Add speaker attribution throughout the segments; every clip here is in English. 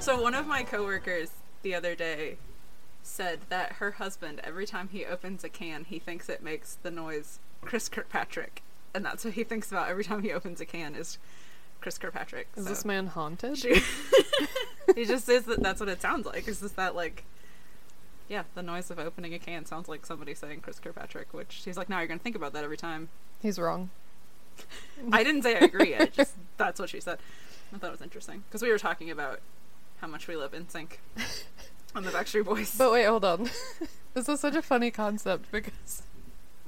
Speaker 1: So one of my coworkers the other day said that her husband, every time he opens a can, he thinks it makes the noise Chris Kirkpatrick, and that's what he thinks about every time he opens a can is Chris Kirkpatrick.
Speaker 2: Is
Speaker 1: So
Speaker 2: this man haunted?
Speaker 1: he just says that that's what it sounds like. It's just that like. Yeah, the noise of opening a can sounds like somebody saying Chris Kirkpatrick, which she's like, now you're going to think about that every time.
Speaker 2: He's wrong.
Speaker 1: I didn't say I agree. I just, that's what she said. I thought it was interesting. Because we were talking about how much we love in sync on the Backstreet Boys.
Speaker 2: But wait, hold on. this is such a funny concept because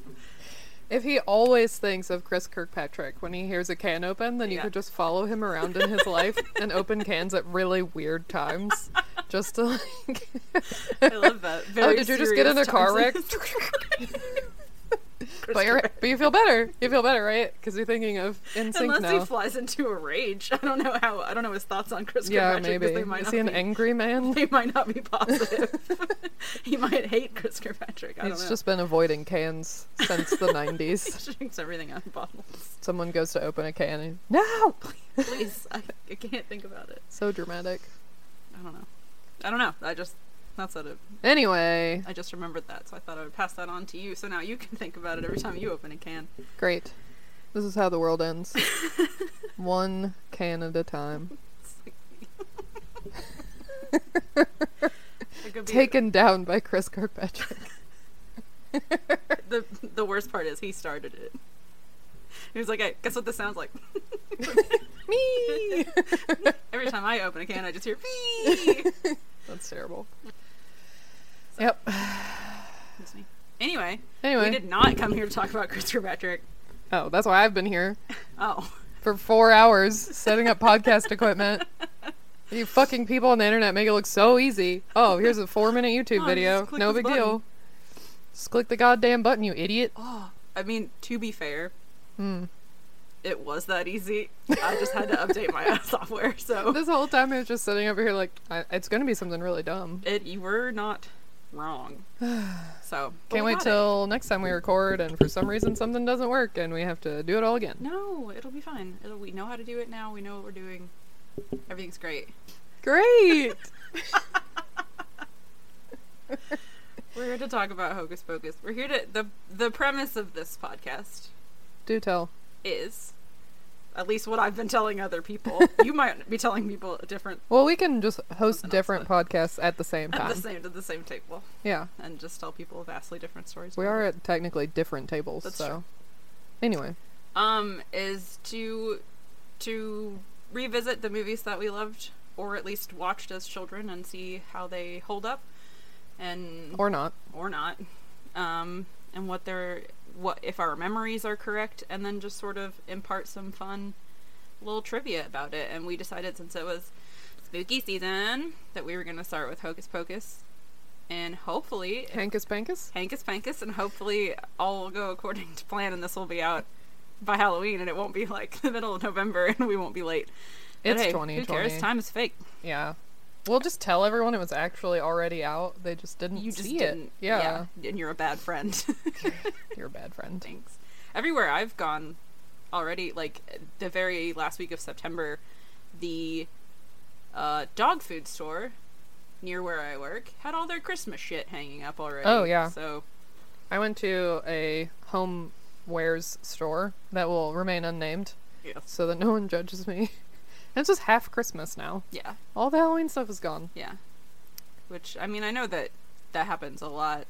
Speaker 2: if he always thinks of Chris Kirkpatrick when he hears a can open, then you
Speaker 1: Yeah.
Speaker 2: could just follow him around in his life and open cans at really weird times. Just to like Oh,
Speaker 1: I love that. Very
Speaker 2: did you just get in
Speaker 1: serious
Speaker 2: a car wreck?
Speaker 1: choices.
Speaker 2: but, you're, but you feel better. You feel better, right? Because you're thinking of in sync
Speaker 1: Unless he
Speaker 2: now.
Speaker 1: flies into a rage. I don't know how. I don't know his thoughts on Chris
Speaker 2: Yeah,
Speaker 1: Kirkpatrick because
Speaker 2: maybe.
Speaker 1: they might
Speaker 2: Is
Speaker 1: not
Speaker 2: he an
Speaker 1: be.
Speaker 2: angry man?
Speaker 1: they might not be positive. he might hate Chris Kirkpatrick. I
Speaker 2: He's
Speaker 1: don't know.
Speaker 2: just been avoiding cans since the 90s.
Speaker 1: He drinks everything out of bottles.
Speaker 2: Someone goes to open a can and no,
Speaker 1: Please, I, I can't think about it.
Speaker 2: so dramatic.
Speaker 1: I don't know. I don't know. I just that's what it.
Speaker 2: Anyway,
Speaker 1: I just remembered that, so I thought I would pass that on to you. So now you can think about it every time you open a can.
Speaker 2: great. This is how the world ends. One can at a time.
Speaker 1: It could be-
Speaker 2: Taken down by Chris Kirkpatrick.
Speaker 1: The the worst part is he started it. He was like, "Hey, guess what this sounds like?"
Speaker 2: Me.
Speaker 1: Every time I open a can, I just hear "Pee!"
Speaker 2: That's terrible. Yep.
Speaker 1: Excuse me. Anyway, we
Speaker 2: Anyway,
Speaker 1: did not come here to talk about Christopher Patrick.
Speaker 2: oh, that's why I've been here
Speaker 1: Oh,
Speaker 2: for four hours setting up podcast equipment. You fucking people on the internet make it look so easy. Oh, here's a four-minute YouTube
Speaker 1: Oh,
Speaker 2: video.
Speaker 1: just click
Speaker 2: No
Speaker 1: this
Speaker 2: big deal. Just click the goddamn button, you idiot.
Speaker 1: oh. I mean, to be fair,
Speaker 2: Hmm.
Speaker 1: it was that easy. I just had to update my software, so
Speaker 2: This whole time I was just sitting over here like, I- it's gonna be something really dumb.
Speaker 1: it you were not wrong. So but
Speaker 2: Can't
Speaker 1: we
Speaker 2: wait
Speaker 1: got it.
Speaker 2: till next time we record, and for some reason something doesn't work, and we have to do it all again.
Speaker 1: No, it'll be fine. It'll, we know how to do it now. We know what we're doing. Everything's great.
Speaker 2: Great!
Speaker 1: We're here to talk about Hocus Pocus. We're here to the the premise of this podcast
Speaker 2: do tell.
Speaker 1: is at least what I've been telling other people. you might be telling people different
Speaker 2: Well, we can just host
Speaker 1: Something else,
Speaker 2: different podcasts at the same
Speaker 1: at
Speaker 2: time.
Speaker 1: the same at the same table
Speaker 2: yeah,
Speaker 1: and just tell people vastly different stories.
Speaker 2: we are at technically different tables,
Speaker 1: That's
Speaker 2: so.
Speaker 1: true.
Speaker 2: Anyway,
Speaker 1: um is to to revisit the movies that we loved or at least watched as children and see how they hold up and
Speaker 2: or not.
Speaker 1: or not, um, and what their what if our memories are correct, and then just sort of impart some fun little trivia about it. And we decided since it was spooky season that we were going to start with Hocus Pocus, and hopefully
Speaker 2: Hankus Pankus?
Speaker 1: Hankus Pankus, and hopefully all will go according to plan, and this will be out by Halloween, and it won't be like the middle of November, and we won't be late. But
Speaker 2: It's
Speaker 1: hey, Who
Speaker 2: 2020.
Speaker 1: cares? Time is fake.
Speaker 2: Yeah. We'll just tell everyone it was actually already out. They just didn't
Speaker 1: You just
Speaker 2: see
Speaker 1: didn't.
Speaker 2: it. Yeah.
Speaker 1: and you're a bad friend.
Speaker 2: You're a bad friend.
Speaker 1: things. Everywhere I've gone already, like the very last week of September, the uh, dog food store near where I work had all their Christmas shit hanging up already.
Speaker 2: Oh, yeah.
Speaker 1: So
Speaker 2: I went to a home wares store that will remain unnamed
Speaker 1: yes,
Speaker 2: so that no one judges me. And it's just half Christmas now.
Speaker 1: Yeah,
Speaker 2: All the Halloween stuff is gone.
Speaker 1: yeah. Which I mean, I know that that happens a lot,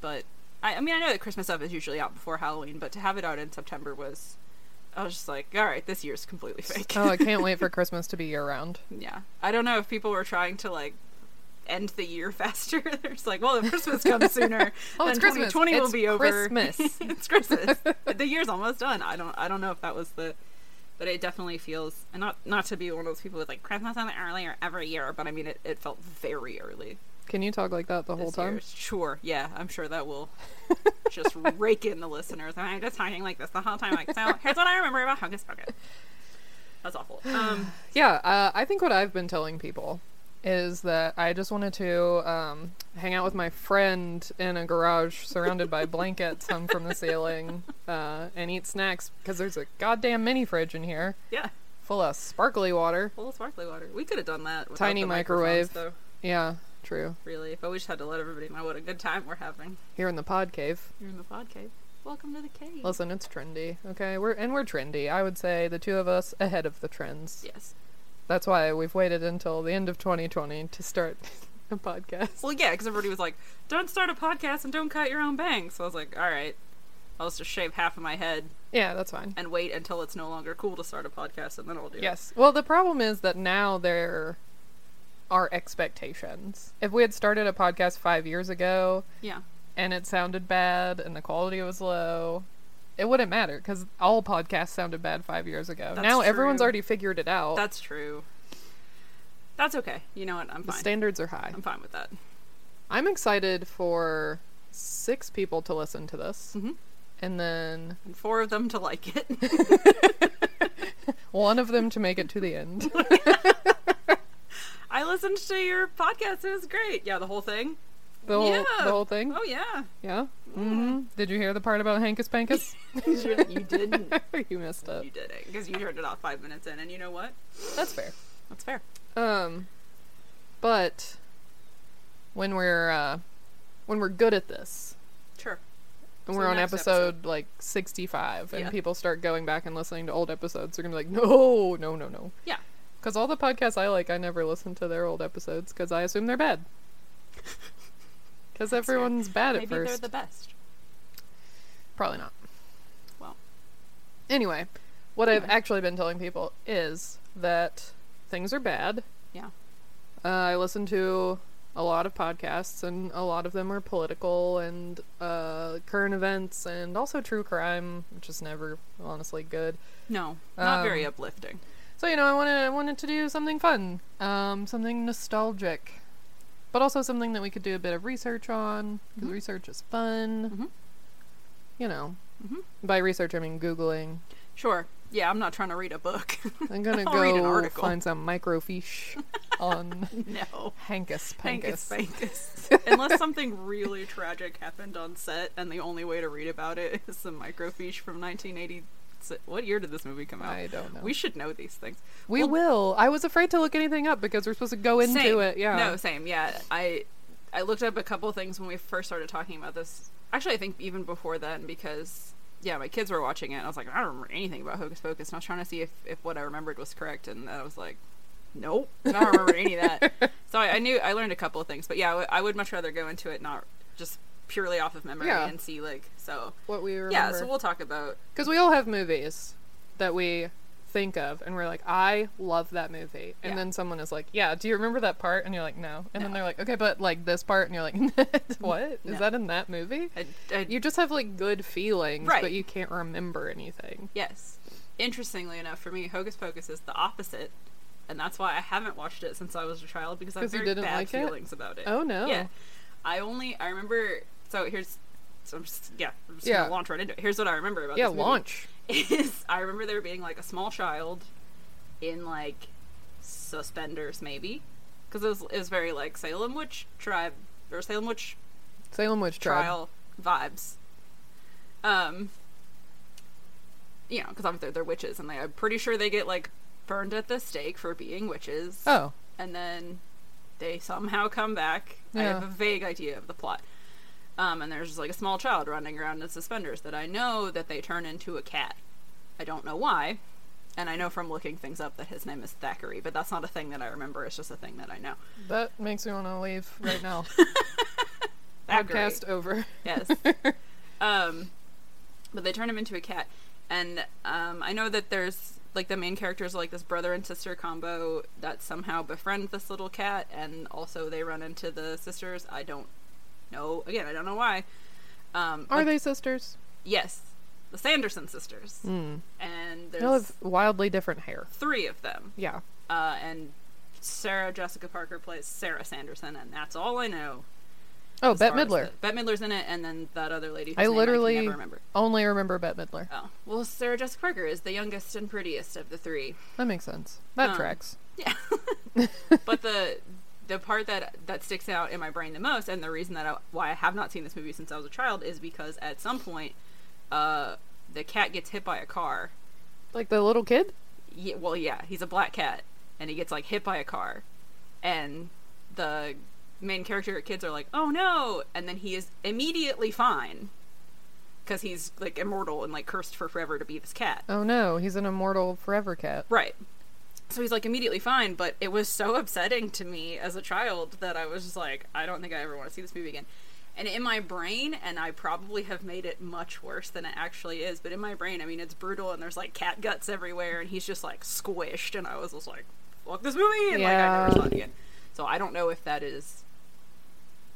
Speaker 1: but I, I mean, I know that Christmas stuff is usually out before Halloween, but to have it out in September was, I was just like, all right, this year's completely fake.
Speaker 2: Oh, I can't wait for Christmas to be year round.
Speaker 1: yeah, I don't know if people were trying to like end the year faster. They're just like, well, if Christmas comes sooner,
Speaker 2: Oh,
Speaker 1: then
Speaker 2: it's Christmas.
Speaker 1: 2020 will
Speaker 2: It's
Speaker 1: be over.
Speaker 2: Christmas.
Speaker 1: it's Christmas. the year's almost done. I don't. I don't know if that was the. But it definitely feels, and not not to be one of those people with like Christmas on the early or every year, but I mean it, it felt very early
Speaker 2: Can you talk like that the whole
Speaker 1: this
Speaker 2: time?
Speaker 1: year. Sure, yeah, I'm sure that will just rake in the listeners. And I'm just talking like this the whole time. Like, so here's what I remember about Hocus Pocus. That's awful. Um,
Speaker 2: Yeah, uh, I think what I've been telling people is that I just wanted to um, hang out with my friend in a garage surrounded by blankets hung from the ceiling uh, and eat snacks because there's a goddamn mini fridge in here
Speaker 1: yeah,
Speaker 2: full of sparkly water.
Speaker 1: full of sparkly water. We could have done that. without
Speaker 2: Tiny
Speaker 1: the
Speaker 2: microwave.
Speaker 1: microphones, though.
Speaker 2: Yeah, true.
Speaker 1: Really, but we just had to let everybody know what a good time we're having.
Speaker 2: Here in the pod cave.
Speaker 1: You're in the pod cave. Welcome to the cave.
Speaker 2: Listen, it's trendy, okay? We're and we're trendy. I would say the two of us ahead of the trends.
Speaker 1: yes.
Speaker 2: That's why we've waited until the end of 2020 to start a podcast.
Speaker 1: Well, yeah, because everybody was like, "Don't start a podcast and don't cut your own bangs." So I was like, "All right, I'll just shave half of my head
Speaker 2: Yeah, that's fine.
Speaker 1: and wait until it's no longer cool to start a podcast, and then I'll do it."
Speaker 2: Yes. Well, the problem is that now there are expectations. If we had started a podcast 5 years ago
Speaker 1: Yeah.
Speaker 2: and it sounded bad and the quality was low, it wouldn't matter cuz all podcasts sounded bad 5 years ago.
Speaker 1: That's
Speaker 2: now everyone's
Speaker 1: true.
Speaker 2: already figured it out.
Speaker 1: That's true. That's okay. You know what? I'm
Speaker 2: the
Speaker 1: fine.
Speaker 2: standards are high.
Speaker 1: I'm fine with that.
Speaker 2: I'm excited for 6 people to listen to this.
Speaker 1: Mhm.
Speaker 2: And then
Speaker 1: And four of them to like it.
Speaker 2: one of them to make it to the end.
Speaker 1: I listened to your podcast. It was great. Yeah, the whole thing.
Speaker 2: The whole,
Speaker 1: Yeah.
Speaker 2: the whole thing.
Speaker 1: Oh yeah.
Speaker 2: Yeah. hmm Did you hear the part about Hankus Pankus?
Speaker 1: you didn't.
Speaker 2: you missed
Speaker 1: You
Speaker 2: it.
Speaker 1: didn't because you turned it off five minutes in, and you know what?
Speaker 2: That's fair.
Speaker 1: That's fair.
Speaker 2: Um, but when we're uh, when we're good at this,
Speaker 1: Sure.
Speaker 2: and
Speaker 1: So
Speaker 2: we're on
Speaker 1: next
Speaker 2: episode, like sixty-five, and
Speaker 1: Yeah.
Speaker 2: people start going back and listening to old episodes, they're gonna be like, no, no, no, no,
Speaker 1: Yeah.
Speaker 2: because all the podcasts I like, I never listen to their old episodes because I assume they're bad. Because
Speaker 1: fair.
Speaker 2: everyone's bad at
Speaker 1: Maybe they
Speaker 2: first.
Speaker 1: they're the best.
Speaker 2: Probably not.
Speaker 1: Well.
Speaker 2: Anyway, what I've
Speaker 1: Anyway.
Speaker 2: actually been telling people is that things are bad.
Speaker 1: Yeah.
Speaker 2: Uh, I listen to a lot of podcasts, and a lot of them are political and uh, current events, and also true crime, which is never honestly good.
Speaker 1: No, not
Speaker 2: Um,
Speaker 1: very uplifting.
Speaker 2: So you know, I wanted I wanted to do something fun, um, something nostalgic, but also something that we could do a bit of research on because
Speaker 1: Mm-hmm.
Speaker 2: research is fun.
Speaker 1: Mhm.
Speaker 2: You know,
Speaker 1: Mhm.
Speaker 2: by research I mean googling.
Speaker 1: Sure. Yeah, I'm not trying to read a book.
Speaker 2: I'm gonna
Speaker 1: I'll read an
Speaker 2: go
Speaker 1: article.
Speaker 2: find some microfiche on
Speaker 1: no.
Speaker 2: Hankus
Speaker 1: Pankus,
Speaker 2: Pankus.
Speaker 1: pankus. Unless something really tragic happened on set, and the only way to read about it is some microfiche from 1980. What year did this movie come out?
Speaker 2: I don't know.
Speaker 1: We should know these things.
Speaker 2: We
Speaker 1: Well-
Speaker 2: will. I was afraid to look anything up because we're supposed to go into
Speaker 1: Same.
Speaker 2: it. Yeah.
Speaker 1: No, same. Yeah, I I looked up a couple things when we first started talking about this. Actually, I think even before then because yeah, my kids were watching it. and I was like, I don't remember anything about Hocus Pocus. And I was trying to see if if what I remembered was correct, and I was like. Nope, I don't remember any of that. So I, I knew I learned a couple of things, but yeah, I would- I would much rather go into it not just purely off of memory
Speaker 2: Yeah.
Speaker 1: and see like so.
Speaker 2: What we remember.
Speaker 1: Yeah, so we'll talk about
Speaker 2: Because we all have movies that we think of and we're like, I love that movie. And
Speaker 1: Yeah.
Speaker 2: then someone is like, Yeah, do you remember that part? And you're like, No. And then
Speaker 1: No.
Speaker 2: they're like, Okay, but like this part and you're like, What? Is
Speaker 1: No.
Speaker 2: that in that movie?
Speaker 1: I, I,
Speaker 2: You just have like good feelings,
Speaker 1: Right.
Speaker 2: but you can't remember anything.
Speaker 1: Yes. Interestingly enough, for me, Hocus Pocus is the opposite, and that's why I haven't watched it since I was a child because I have
Speaker 2: 'Cause you
Speaker 1: very
Speaker 2: didn't
Speaker 1: bad
Speaker 2: like it?
Speaker 1: feelings about it.
Speaker 2: Oh no.
Speaker 1: Yeah. I only I remember. So here's. So I'm just yeah. I'm just
Speaker 2: Yeah.
Speaker 1: gonna launch right into it. Here's what I remember about
Speaker 2: Yeah,
Speaker 1: this movie
Speaker 2: launch.
Speaker 1: is I remember there being like a small child in like suspenders maybe because it was it was very like Salem witch tribe or Salem witch
Speaker 2: Salem Witch Trial.
Speaker 1: trial vibes. Um, you know, because obviously they're, they're witches, and they, I'm pretty sure they get like burned at the stake for being witches,
Speaker 2: Oh.
Speaker 1: and then they somehow come back. I
Speaker 2: Yeah.
Speaker 1: have a vague idea of the plot. Um, and there's like a small child running around in suspenders that I know that they turn into a cat. I don't know why. And I know from looking things up that his name is Thackeray, but that's not a thing that I remember. It's just a thing that I know.
Speaker 2: That makes me want to leave right now.
Speaker 1: Thackeray.
Speaker 2: Podcast over.
Speaker 1: Yes. um, but they turn him into a cat, and um, I know that there's like the main characters are, like this brother and sister combo that somehow befriend this little cat, and also they run into the sisters. I don't know. Again, I don't know why. Um,
Speaker 2: Are
Speaker 1: but-
Speaker 2: they sisters?
Speaker 1: Yes, the Sanderson sisters,
Speaker 2: Hmm.
Speaker 1: and
Speaker 2: They all
Speaker 1: there's
Speaker 2: have wildly different hair.
Speaker 1: three of them.
Speaker 2: Yeah.
Speaker 1: Uh, and Sarah Jessica Parker plays Sarah Sanderson, and that's all I know.
Speaker 2: Oh,
Speaker 1: as
Speaker 2: Bette
Speaker 1: far as
Speaker 2: Midler.
Speaker 1: the- Bette Midler's in it, and then that other lady. Whose
Speaker 2: I
Speaker 1: name
Speaker 2: literally
Speaker 1: I can never remember.
Speaker 2: only remember Bette Midler.
Speaker 1: Oh well, Sarah Jessica Parker is the youngest and prettiest of the three.
Speaker 2: That makes sense. That
Speaker 1: Um,
Speaker 2: tracks.
Speaker 1: Yeah, but the the part that that sticks out in my brain the most, and the reason that I, why I have not seen this movie since I was a child, is because at some point, uh, the cat gets hit by a car.
Speaker 2: Like the little kid?
Speaker 1: Ye well, yeah, he's a black cat, and he gets like hit by a car, and the main character kids are like, "Oh no!" and then he is immediately fine because he's like immortal and like cursed for forever to be this cat.
Speaker 2: Oh no, he's an immortal forever cat.
Speaker 1: Right. So he's like immediately fine, but it was so upsetting to me as a child that I was just like, I don't think I ever want to see this movie again. And in my brain, and I probably have made it much worse than it actually is, but in my brain, I mean, it's brutal and there's like cat guts everywhere and he's just like squished, and I was just like, fuck this movie, and like I never
Speaker 2: Yeah.
Speaker 1: saw it again. So I don't know if that is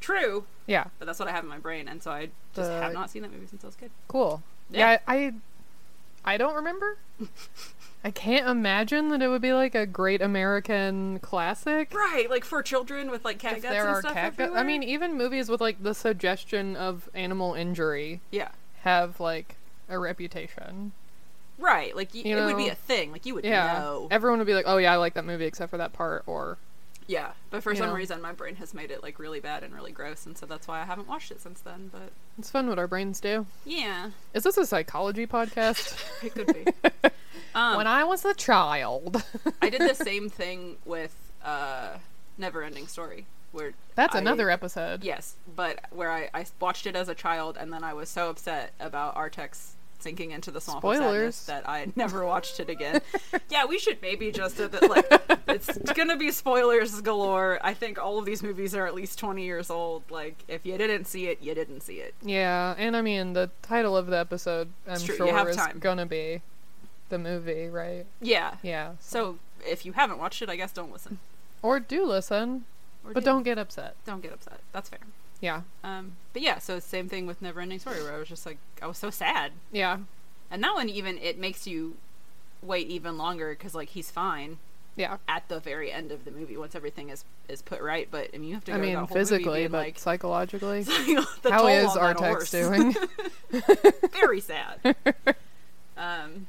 Speaker 1: true,
Speaker 2: Yeah,
Speaker 1: but that's what I have in my brain, and so I just
Speaker 2: The-
Speaker 1: have not seen that movie since I was a kid.
Speaker 2: cool.
Speaker 1: Yeah.
Speaker 2: Yeah, I I don't remember. I can't imagine that it would be like a great American classic.
Speaker 1: Right, like for children with like cat
Speaker 2: If
Speaker 1: guts
Speaker 2: there
Speaker 1: and
Speaker 2: are
Speaker 1: stuff.
Speaker 2: cat gu- I
Speaker 1: everywhere.
Speaker 2: mean, even movies with like the suggestion of animal injury
Speaker 1: yeah.
Speaker 2: have like a reputation.
Speaker 1: Right, like y-
Speaker 2: You
Speaker 1: it would be
Speaker 2: know?
Speaker 1: a thing. Like you would
Speaker 2: Yeah.
Speaker 1: know.
Speaker 2: Everyone would be like, "Oh yeah, I like that movie except for that part." Or
Speaker 1: yeah, but for
Speaker 2: You
Speaker 1: some
Speaker 2: know.
Speaker 1: reason, my brain has made it like really bad and really gross, and so that's why I haven't watched it since then. But
Speaker 2: it's fun what our brains do.
Speaker 1: yeah,
Speaker 2: Is this a psychology podcast?
Speaker 1: it could be. um,
Speaker 2: when I was a child.
Speaker 1: I did the same thing with uh, Neverending Story, where
Speaker 2: That's
Speaker 1: I-
Speaker 2: another episode.
Speaker 1: Yes, but where I, I watched it as a child, and then I was so upset about Artex sinking into the swamp of sadness
Speaker 2: Spoilers.
Speaker 1: that I never watched it again. yeah, we should maybe just uh, that like it's gonna be spoilers galore. I think all of these movies are at least twenty years old. Like if you didn't see it, you didn't see it.
Speaker 2: Yeah, and I mean the title of the episode, I'm
Speaker 1: It's true, you have
Speaker 2: sure, is
Speaker 1: time.
Speaker 2: gonna be the movie, right?
Speaker 1: Yeah.
Speaker 2: Yeah.
Speaker 1: So if you haven't watched it, I guess don't listen.
Speaker 2: Or do listen,
Speaker 1: Or
Speaker 2: but
Speaker 1: do.
Speaker 2: don't get upset.
Speaker 1: don't get upset. That's fair.
Speaker 2: Yeah.
Speaker 1: Um, but yeah, so same thing with Neverending Story, where I was just like, I was so sad.
Speaker 2: Yeah.
Speaker 1: And that one even it makes you wait even longer because like he's fine
Speaker 2: Yeah.
Speaker 1: at the very end of the movie once everything is is put right. But I mean, you have to. Go
Speaker 2: I
Speaker 1: to that
Speaker 2: mean,
Speaker 1: whole movie
Speaker 2: physically,
Speaker 1: being,
Speaker 2: but
Speaker 1: like,
Speaker 2: psychologically.
Speaker 1: the
Speaker 2: How
Speaker 1: toll
Speaker 2: is
Speaker 1: on that
Speaker 2: Artex
Speaker 1: horse.
Speaker 2: doing?
Speaker 1: very sad. um,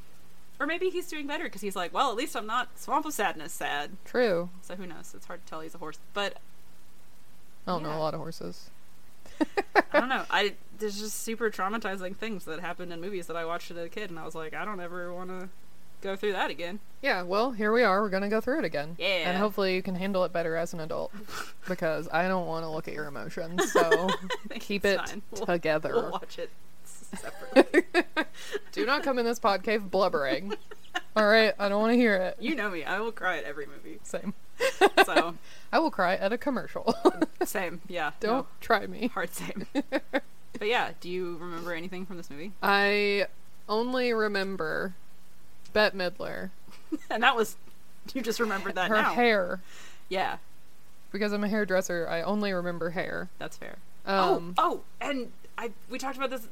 Speaker 1: or maybe he's doing better because he's like, well, at least I'm not swamp of sadness sad.
Speaker 2: True.
Speaker 1: So who knows? It's hard to tell. He's a horse, but
Speaker 2: I don't
Speaker 1: Yeah.
Speaker 2: know a lot of horses.
Speaker 1: I don't know. I there's just super traumatizing things that happened in movies that I watched as a kid, and I was like, I don't ever want to go through that again.
Speaker 2: Yeah, well, here we are. We're gonna go through it again.
Speaker 1: Yeah.
Speaker 2: And hopefully you can handle it better as an adult. because I don't wanna look at your emotions, so keep it
Speaker 1: It's fine. We'll-
Speaker 2: together.
Speaker 1: We'll watch it separately.
Speaker 2: Do not come in this pod cave blubbering. All right, I don't want to hear it.
Speaker 1: you know me. I will cry at every movie.
Speaker 2: Same.
Speaker 1: So
Speaker 2: I will cry at a commercial.
Speaker 1: same. Yeah.
Speaker 2: don't
Speaker 1: no,
Speaker 2: try me.
Speaker 1: hard same. but yeah, do you remember anything from this movie?
Speaker 2: I only remember Bette Midler,
Speaker 1: And that was you just remembered that
Speaker 2: her
Speaker 1: now.
Speaker 2: hair.
Speaker 1: Yeah,
Speaker 2: Because I'm a hairdresser, I only remember hair.
Speaker 1: that's fair.
Speaker 2: Um,
Speaker 1: oh, oh, and I we talked about this.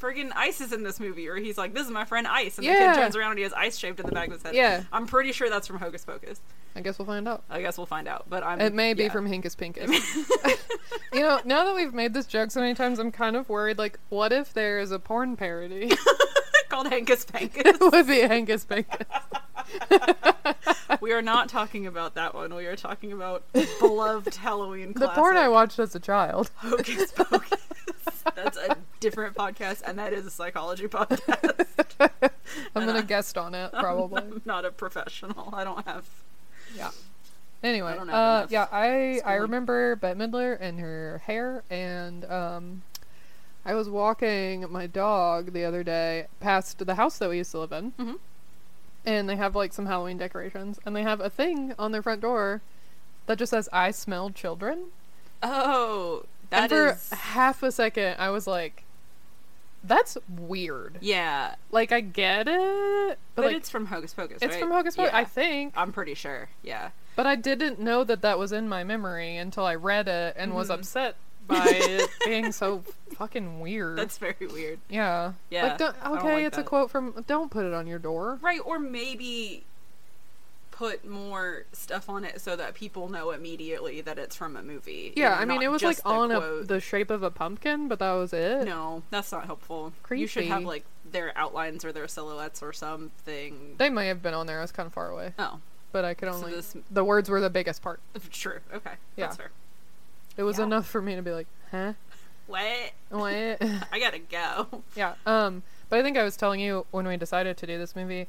Speaker 1: Friggin' Ice is in this movie, where he's like, "This is my friend Ice," and the
Speaker 2: Yeah.
Speaker 1: kid turns around and he has ice shaved in the back of his head.
Speaker 2: Yeah.
Speaker 1: I'm pretty sure that's from Hocus Pocus.
Speaker 2: I guess we'll find out.
Speaker 1: I guess we'll find out, but I'm.
Speaker 2: It may be
Speaker 1: yeah.
Speaker 2: from Hinkus Pinkus. you know, now that we've made this joke so many times, I'm kind of worried. Like, what if there is a porn parody?
Speaker 1: called Hankus Pankus.
Speaker 2: it would be Hinkus Pinkus.
Speaker 1: we are not talking about that one. We are talking about the beloved Halloween.
Speaker 2: The
Speaker 1: Classic.
Speaker 2: porn I watched as a child.
Speaker 1: Hocus Pocus. That's a different podcast, and that is a psychology podcast.
Speaker 2: I'm gonna guest on it probably.
Speaker 1: I'm not a professional. I don't have.
Speaker 2: Yeah. Anyway,
Speaker 1: I don't have
Speaker 2: uh,
Speaker 1: enough
Speaker 2: yeah, I I
Speaker 1: schooling.
Speaker 2: remember Bette Midler and her hair, and um, I was walking my dog the other day past the house that we used to live in,
Speaker 1: Mhm.
Speaker 2: and they have like some Halloween decorations, and they have a thing on their front door that just says "I smell children."
Speaker 1: Oh, that
Speaker 2: And for
Speaker 1: is
Speaker 2: half a second, I was like, "That's weird."
Speaker 1: yeah,
Speaker 2: Like I get it, but,
Speaker 1: but,
Speaker 2: like,
Speaker 1: it's from Hocus Pocus.
Speaker 2: it's
Speaker 1: right?
Speaker 2: from Hocus Pocus,
Speaker 1: Yeah.
Speaker 2: I think.
Speaker 1: I'm pretty sure. Yeah.
Speaker 2: But I didn't know that that was in my memory until I read it and was
Speaker 1: Mm-hmm.
Speaker 2: upset by it being so fucking weird.
Speaker 1: That's very weird.
Speaker 2: yeah.
Speaker 1: Yeah,
Speaker 2: Like, don't,
Speaker 1: I don't
Speaker 2: okay,
Speaker 1: like
Speaker 2: it's a
Speaker 1: that.
Speaker 2: quote from. Don't put it on your door.
Speaker 1: Right, or maybe put more stuff on it so that people know immediately that it's from a movie.
Speaker 2: Yeah,
Speaker 1: and
Speaker 2: I mean,
Speaker 1: not
Speaker 2: it was like
Speaker 1: just the
Speaker 2: on a,
Speaker 1: quote.
Speaker 2: the shape of a pumpkin, but that was it.
Speaker 1: No, that's not helpful. You should have
Speaker 2: Creepy.
Speaker 1: like their outlines or their silhouettes or something.
Speaker 2: They may have been on there. I was kind of far away,
Speaker 1: Oh,
Speaker 2: but I could only.
Speaker 1: this-
Speaker 2: The words were the biggest part.
Speaker 1: true. Okay,
Speaker 2: Yeah.
Speaker 1: that's fair.
Speaker 2: It was
Speaker 1: Yeah.
Speaker 2: enough for me to be like, huh?
Speaker 1: What?
Speaker 2: What?
Speaker 1: I gotta go.
Speaker 2: yeah. Um. But I think I was telling you when we decided to do this movie,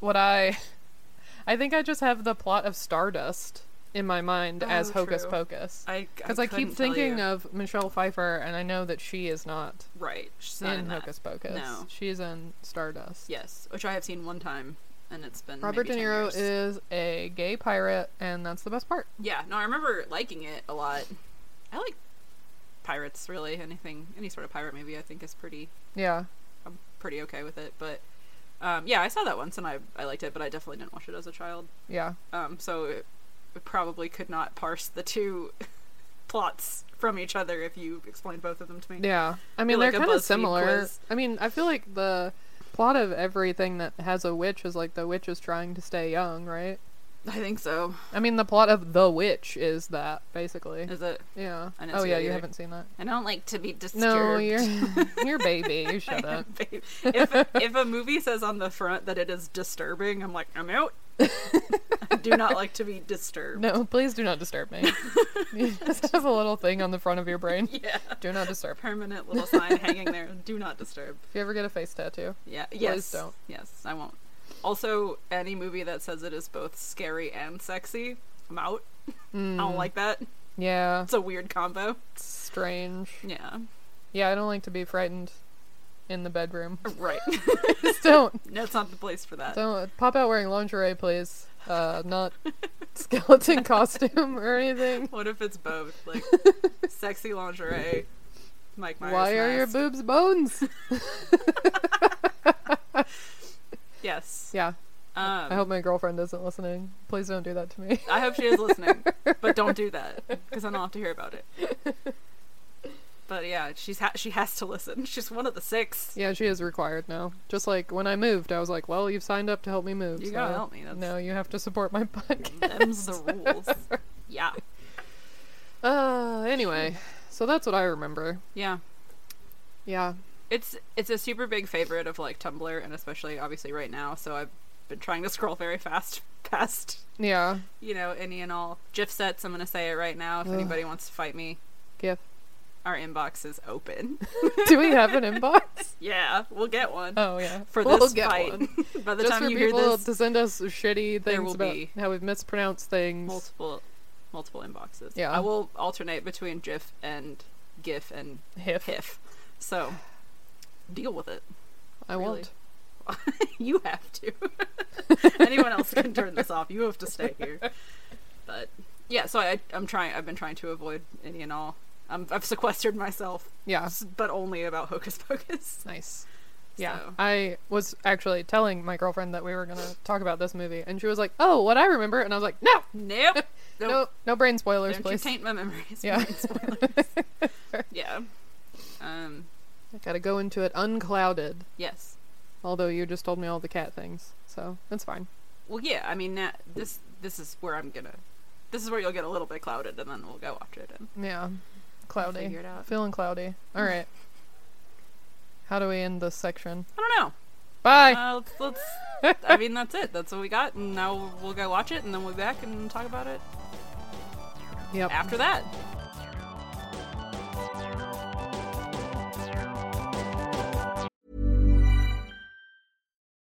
Speaker 2: what I, I think I just have the plot of Stardust in my mind as
Speaker 1: Oh,
Speaker 2: Hocus
Speaker 1: true.
Speaker 2: Pocus.
Speaker 1: I
Speaker 2: Because I, keep
Speaker 1: couldn't tell
Speaker 2: thinking
Speaker 1: you.
Speaker 2: of Michelle Pfeiffer, and I know that she is not
Speaker 1: right. She's not
Speaker 2: in,
Speaker 1: in that.
Speaker 2: Hocus Pocus.
Speaker 1: No.
Speaker 2: She's in Stardust.
Speaker 1: Yes, which I have seen one time, and it's been
Speaker 2: Robert De
Speaker 1: maybe 10
Speaker 2: Niro
Speaker 1: years.
Speaker 2: is a gay pirate, and that's the best part.
Speaker 1: Yeah, no, I remember liking it a lot. I like pirates really. Anything, any sort of pirate movie, I think is pretty.
Speaker 2: Yeah.
Speaker 1: I'm pretty okay with it. But um, yeah, I saw that once and I I liked it, but I definitely didn't watch it as a child.
Speaker 2: Yeah.
Speaker 1: Um, so it, it probably could not parse the two plots from each other if you explained both of them to me.
Speaker 2: Yeah. I mean,
Speaker 1: like
Speaker 2: they're
Speaker 1: a
Speaker 2: kind of
Speaker 1: BuzzFeed
Speaker 2: similar.
Speaker 1: quiz.
Speaker 2: I mean, I feel like the plot of everything that has a witch is like the witch is trying to stay young, right?
Speaker 1: I think so.
Speaker 2: I mean, the plot of The Witch is that, basically.
Speaker 1: Is it?
Speaker 2: Yeah.
Speaker 1: I didn't
Speaker 2: Oh,
Speaker 1: see
Speaker 2: yeah,
Speaker 1: that
Speaker 2: you
Speaker 1: either.
Speaker 2: haven't seen that.
Speaker 1: I don't like to be disturbed.
Speaker 2: No, you're, you're baby. You shut up.
Speaker 1: Babe, if if a movie says on the front that it is disturbing, I'm like, I'm out. I do not like to be disturbed.
Speaker 2: No, please do not disturb me. You just have a little thing on the front of your brain.
Speaker 1: Yeah.
Speaker 2: Do not disturb.
Speaker 1: Permanent little sign hanging there. Do not disturb.
Speaker 2: If you ever get a face tattoo,
Speaker 1: Yeah. Yes.
Speaker 2: don't.
Speaker 1: Yes, I won't. Also, any movie that says it is both scary and sexy, I'm out. I
Speaker 2: Hmm.
Speaker 1: don't like that.
Speaker 2: yeah,
Speaker 1: It's a weird combo.
Speaker 2: it's strange.
Speaker 1: Yeah.
Speaker 2: Yeah, I don't like to be frightened in the bedroom.
Speaker 1: Right.
Speaker 2: Just don't,
Speaker 1: That's not the place for that.
Speaker 2: don't pop out wearing lingerie, please. Uh, not skeleton costume or anything.
Speaker 1: What if it's both? Like sexy lingerie, Mike Myers.
Speaker 2: Why are your
Speaker 1: mask.
Speaker 2: boobs bones?
Speaker 1: Yes.
Speaker 2: Yeah,
Speaker 1: Um,
Speaker 2: I hope my girlfriend isn't listening. Please don't do that to me.
Speaker 1: I hope she is listening, but don't do that because then I'll have to hear about it. But yeah, she's ha- she has to listen. She's one of the six.
Speaker 2: Yeah, she is required now. Just like when I moved, I was like, "Well, you've signed up to help me move.
Speaker 1: You
Speaker 2: so
Speaker 1: gotta help me, that's-
Speaker 2: No, you have to support my podcast."
Speaker 1: Them's the rules. Yeah,
Speaker 2: Uh, anyway, so that's what I remember.
Speaker 1: yeah.
Speaker 2: Yeah,
Speaker 1: It's it's a super big favorite of like Tumblr and especially obviously right now. So I've been trying to scroll very fast past
Speaker 2: yeah.
Speaker 1: you know any and all GIF sets. I'm gonna say it right now. If
Speaker 2: Ugh.
Speaker 1: anybody wants to fight me,
Speaker 2: Gif.
Speaker 1: our inbox is open.
Speaker 2: Do we have an inbox?
Speaker 1: yeah, we'll get one
Speaker 2: Oh yeah,
Speaker 1: for this
Speaker 2: We'll get
Speaker 1: fight.
Speaker 2: one.
Speaker 1: By the
Speaker 2: Just
Speaker 1: time
Speaker 2: for
Speaker 1: you hear
Speaker 2: people
Speaker 1: this,
Speaker 2: to send us shitty
Speaker 1: there
Speaker 2: things
Speaker 1: will
Speaker 2: about
Speaker 1: be
Speaker 2: how we've mispronounced things.
Speaker 1: multiple multiple inboxes.
Speaker 2: Yeah.
Speaker 1: I will alternate between GIF and GIF and
Speaker 2: Hif.
Speaker 1: HIF. So deal with it.
Speaker 2: I
Speaker 1: really.
Speaker 2: won't.
Speaker 1: You have to. Anyone else can turn this off. You have to stay here. But yeah, so I, I'm trying. I've been trying to avoid any and all. I'm, I've sequestered myself,
Speaker 2: Yeah.
Speaker 1: s- but only about Hocus Pocus.
Speaker 2: Nice. Yeah,
Speaker 1: So-
Speaker 2: I was actually telling my girlfriend that we were gonna talk about this movie, and she was like, "Oh, what I remember," and I was like, "No,
Speaker 1: Nope.
Speaker 2: no,
Speaker 1: Nope.
Speaker 2: no, brain spoilers,
Speaker 1: Don't you
Speaker 2: please."
Speaker 1: taint my memories.
Speaker 2: Yeah.
Speaker 1: Brain spoilers. yeah. Um.
Speaker 2: I gotta go into it unclouded.
Speaker 1: Yes.
Speaker 2: Although you just told me all the cat things, so that's fine.
Speaker 1: Well, yeah. I mean, that, this this is where I'm gonna. This is where you'll get a little bit clouded, and then we'll go watch it. And
Speaker 2: Yeah, cloudy.
Speaker 1: figure it out.
Speaker 2: Feeling cloudy. All right. How do we end this section?
Speaker 1: I don't know.
Speaker 2: Bye.
Speaker 1: Uh, let's, let's. I mean, that's it. That's what we got, and now we'll go watch it, and then we'll be back and talk about it
Speaker 2: yep.
Speaker 1: after that.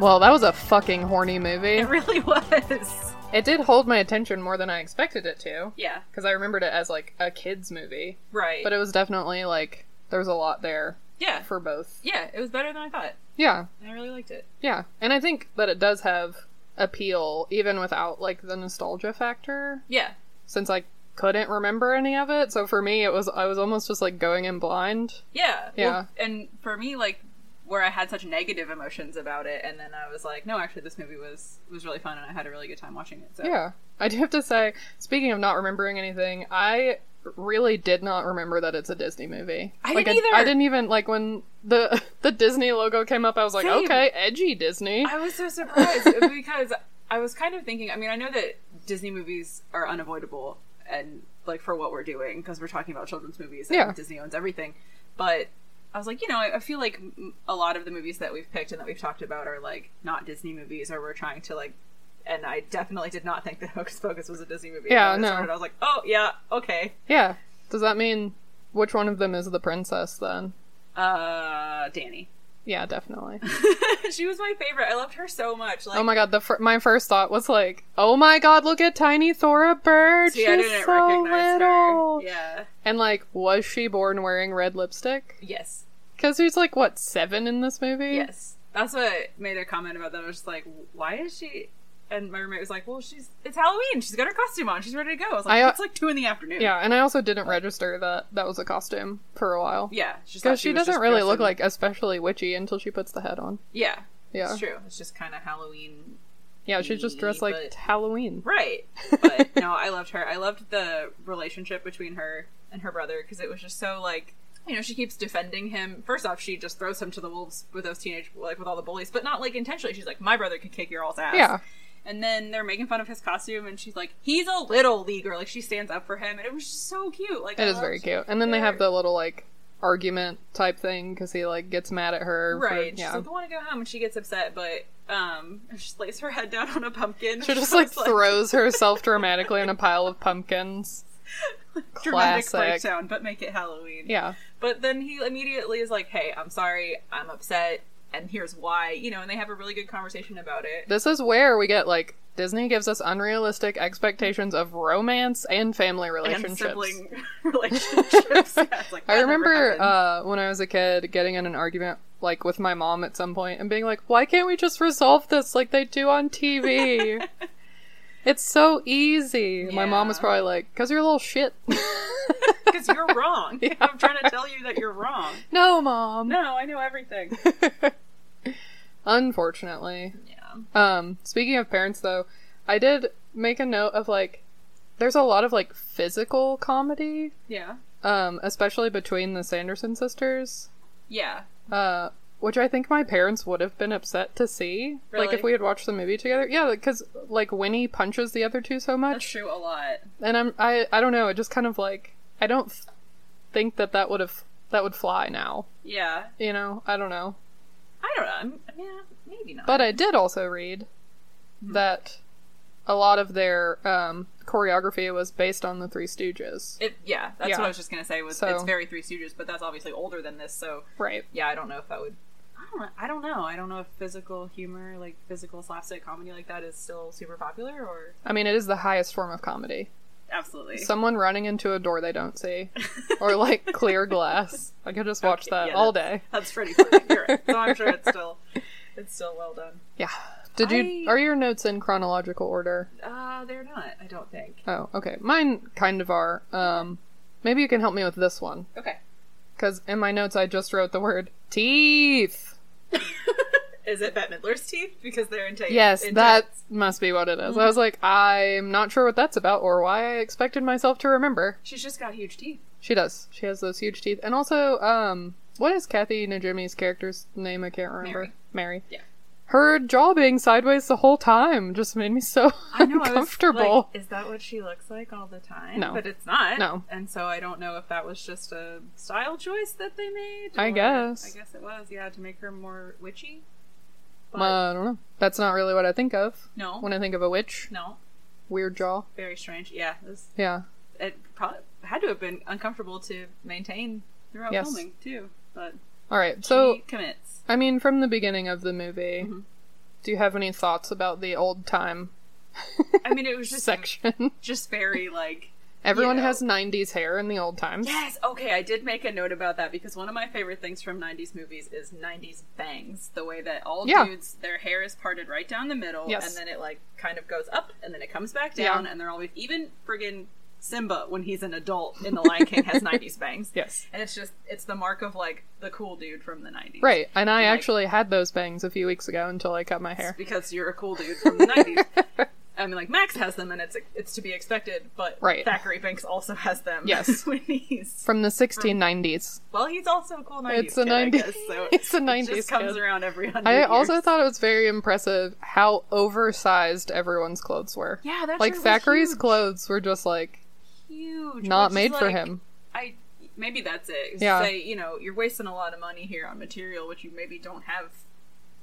Speaker 2: Well, that was a fucking horny movie.
Speaker 1: It really was.
Speaker 2: It did hold my attention more than I expected it to,
Speaker 1: Yeah.
Speaker 2: because I remembered it as like a kids movie.
Speaker 1: Right.
Speaker 2: But it was definitely like there was a lot there
Speaker 1: yeah.
Speaker 2: for both.
Speaker 1: yeah, it was better than I thought.
Speaker 2: Yeah,
Speaker 1: And I really liked it.
Speaker 2: yeah, and I think that it does have appeal even without like the nostalgia factor,
Speaker 1: Yeah.
Speaker 2: since I couldn't remember any of it. So for me, it was I was almost just like going in blind.
Speaker 1: Yeah.
Speaker 2: Yeah.
Speaker 1: Well, and for me, like where I had such negative emotions about it, and then I was like, no, actually, this movie was was really fun, and I had a really good time watching it. So
Speaker 2: Yeah. I do have to say, speaking of not remembering anything, I really did not remember that it's a Disney movie.
Speaker 1: I
Speaker 2: like,
Speaker 1: didn't either.
Speaker 2: I, didn't even like when the the Disney logo came up. I was like,
Speaker 1: Same.
Speaker 2: okay, edgy Disney.
Speaker 1: I was so surprised because I was kind of thinking. I mean, I know that Disney movies are unavoidable, and like for what we're doing, because we're talking about children's movies, and
Speaker 2: Yeah.
Speaker 1: Disney owns everything. But I was like, you know, I, I feel like m- a lot of the movies that we've picked and that we've talked about are like not Disney movies, or we're trying to like. And I definitely did not think that Hocus Pocus was a Disney movie.
Speaker 2: Yeah,
Speaker 1: When it
Speaker 2: no.
Speaker 1: started, I was like, oh yeah, okay.
Speaker 2: yeah. Does that mean which one of them is the princess then?
Speaker 1: Uh, Danny.
Speaker 2: Yeah, definitely.
Speaker 1: she was my favorite. I loved her so much. Like,
Speaker 2: oh my god, the fir- my first thought was like, "Oh my god, look at tiny Thora Bird.
Speaker 1: see,
Speaker 2: She's
Speaker 1: I didn't
Speaker 2: so
Speaker 1: recognize
Speaker 2: little."
Speaker 1: her. Yeah.
Speaker 2: And like, was she born wearing red lipstick?
Speaker 1: Yes.
Speaker 2: Cuz she's like what, 7 in this movie?
Speaker 1: Yes, that's what made a comment about that. I was just like, why is she? And my roommate was like, well, she's it's Halloween. She's got her costume on. She's ready to go. I was like,
Speaker 2: I, uh,
Speaker 1: it's like two in the afternoon.
Speaker 2: Yeah, and I also didn't register that that was a costume for a while.
Speaker 1: yeah. She
Speaker 2: Because she, doesn't really look like especially witchy until she puts the head on.
Speaker 1: Yeah,
Speaker 2: Yeah.
Speaker 1: it's true. It's just kind of Halloween,
Speaker 2: Yeah, she's just dressed like
Speaker 1: But-
Speaker 2: Halloween.
Speaker 1: right? But no, I loved her. I loved the relationship between her and her brother because it was just so like. You know, she keeps defending him. First off, she just throws him to the wolves with those teenage, like with all the bullies, but not like intentionally. She's like, "My brother could kick your all's ass."
Speaker 2: Yeah.
Speaker 1: And then they're making fun of his costume, and she's like, "He's a little leaguer." Like she stands up for him, and it was just so cute. Like
Speaker 2: It is very cute. And then they have the little like argument type thing because he like gets mad at her. for-
Speaker 1: right. She's
Speaker 2: yeah.
Speaker 1: like, "I want to go home," and she gets upset, but um, she just lays her head down on a pumpkin.
Speaker 2: she just
Speaker 1: I
Speaker 2: like
Speaker 1: was
Speaker 2: throws herself dramatically in a pile of pumpkins.
Speaker 1: dramatic
Speaker 2: classic.
Speaker 1: breakdown, but make it Halloween.
Speaker 2: Yeah.
Speaker 1: But then he immediately is like, "Hey, I'm sorry. I'm upset." And here's why, you know, and they have a really good conversation about it.
Speaker 2: This is where we get like Disney gives us unrealistic expectations of romance and family
Speaker 1: And
Speaker 2: relationships.
Speaker 1: sibling relationships. Yeah, it's like,
Speaker 2: I
Speaker 1: that never
Speaker 2: remember
Speaker 1: happened.
Speaker 2: uh, when I was a kid getting in an argument like with my mom at some point and being like, "Why can't we just resolve this like they do on TV? it's so easy." My mom was
Speaker 1: Yeah.
Speaker 2: probably like, "Cause you're a little shit."
Speaker 1: because you're wrong. I'm trying to tell you that you're wrong.
Speaker 2: no, mom.
Speaker 1: No, I know everything.
Speaker 2: Unfortunately.
Speaker 1: Yeah.
Speaker 2: Um, speaking of parents though, I did make a note of like there's a lot of like physical comedy,
Speaker 1: Yeah.
Speaker 2: um, especially between the Sanderson sisters.
Speaker 1: Yeah.
Speaker 2: uh, which I think my parents would have been upset to see. Like
Speaker 1: Really?
Speaker 2: if we had watched the movie together. Yeah, because like Winnie punches the other two so
Speaker 1: That's
Speaker 2: much,
Speaker 1: true a lot.
Speaker 2: and I'm I I don't know. It just kind of like I don't f- think that that would have that would fly now.
Speaker 1: Yeah.
Speaker 2: You know, I don't know.
Speaker 1: I don't know. I'm- I mean, maybe not.
Speaker 2: But I did also read
Speaker 1: Hmm.
Speaker 2: that a lot of their um, choreography was based on the Three Stooges.
Speaker 1: it, yeah, that's
Speaker 2: Yeah.
Speaker 1: what I was just gonna say. Was
Speaker 2: So-
Speaker 1: it's very Three Stooges, but that's obviously older than this. So
Speaker 2: right.
Speaker 1: yeah, I don't know if that would. I don't. know- I don't know. I don't know if physical humor, like physical slapstick comedy, like that, is still super popular or.
Speaker 2: I mean, it is the highest form of comedy.
Speaker 1: absolutely.
Speaker 2: Someone running into a door they don't see, or like clear glass. I could just watch that
Speaker 1: Yeah,
Speaker 2: all
Speaker 1: that's-
Speaker 2: day.
Speaker 1: That's pretty funny. You're right. So I'm sure it's still it's still well done.
Speaker 2: Yeah. Did you?
Speaker 1: I-
Speaker 2: Are your notes in chronological order?
Speaker 1: Uh, they're not. I don't think.
Speaker 2: Oh, okay. Mine kind of are. Um, maybe you can help me with this one
Speaker 1: Okay.
Speaker 2: because in my notes I just wrote the word teeth.
Speaker 1: Is it Bette Midler's teeth? Because they're in tight.
Speaker 2: Yes,
Speaker 1: in
Speaker 2: that
Speaker 1: tights.
Speaker 2: must be what it
Speaker 1: Mm-hmm.
Speaker 2: is. I was like, I'm not sure what that's about or why I expected myself to remember.
Speaker 1: She's just got huge teeth.
Speaker 2: She does. She has those huge teeth. And also, um, what is Kathy Najimy's character's name? I can't remember. Mary.
Speaker 1: Yeah.
Speaker 2: Her jaw being sideways the whole time just made me so
Speaker 1: I know. I was
Speaker 2: uncomfortable.
Speaker 1: like, is that what she looks like all the time?
Speaker 2: No.
Speaker 1: but it's not.
Speaker 2: No.
Speaker 1: and so I don't know if that was just a style choice that they made.
Speaker 2: I
Speaker 1: or-
Speaker 2: guess.
Speaker 1: I guess it was. Yeah, to make her more witchy. But
Speaker 2: Uh, I don't know. That's not really what I think of
Speaker 1: no,
Speaker 2: when I think of a witch.
Speaker 1: no,
Speaker 2: Weird jaw.
Speaker 1: very strange. Yeah, this
Speaker 2: Yeah.
Speaker 1: it probably had to have been uncomfortable to maintain throughout
Speaker 2: Yes.
Speaker 1: filming too. But
Speaker 2: All right. So,
Speaker 1: she Mm-hmm. commits.
Speaker 2: I mean, from the beginning of the movie, do you have any thoughts about the old time
Speaker 1: I mean, it was just
Speaker 2: section?
Speaker 1: just very like
Speaker 2: Everyone
Speaker 1: you know.
Speaker 2: has 90s hair in the old times.
Speaker 1: Yes, okay, I did make a note about that because one of my favorite things from 90s movies is 90s bangs. The way that all
Speaker 2: Yeah.
Speaker 1: dudes, their hair is parted right down the middle,
Speaker 2: Yes.
Speaker 1: and then it like kind of goes up and then it comes back
Speaker 2: Yeah.
Speaker 1: down, and they're always, even friggin' Simba when he's an adult in The Lion King has 90s bangs.
Speaker 2: Yes.
Speaker 1: And it's just, it's the mark of like the cool dude from the 90s.
Speaker 2: Right. And I
Speaker 1: Like-
Speaker 2: actually had those bangs a few weeks ago until I cut my hair.
Speaker 1: Because you're a cool dude from the 90s. I mean, like Max has them, and it's it's to be expected. But
Speaker 2: Right.
Speaker 1: Thackeray Banks also has them.
Speaker 2: Yes.
Speaker 1: when he's
Speaker 2: From the 1690s.
Speaker 1: Well, he's also a cool 90s
Speaker 2: It's a
Speaker 1: kid, I
Speaker 2: 90s
Speaker 1: guess, so
Speaker 2: it's a
Speaker 1: it
Speaker 2: 90s
Speaker 1: just comes
Speaker 2: kid.
Speaker 1: around every 100
Speaker 2: I
Speaker 1: years.
Speaker 2: also thought it was very impressive how oversized everyone's clothes were.
Speaker 1: Yeah, that
Speaker 2: Like
Speaker 1: shirt was
Speaker 2: Thackeray's
Speaker 1: huge.
Speaker 2: clothes were just like
Speaker 1: huge. which
Speaker 2: not
Speaker 1: is
Speaker 2: made for
Speaker 1: like,
Speaker 2: him.
Speaker 1: I maybe that's it.
Speaker 2: Yeah.
Speaker 1: Yeah. Say, you know, you're wasting a lot of money here on material which you maybe don't have,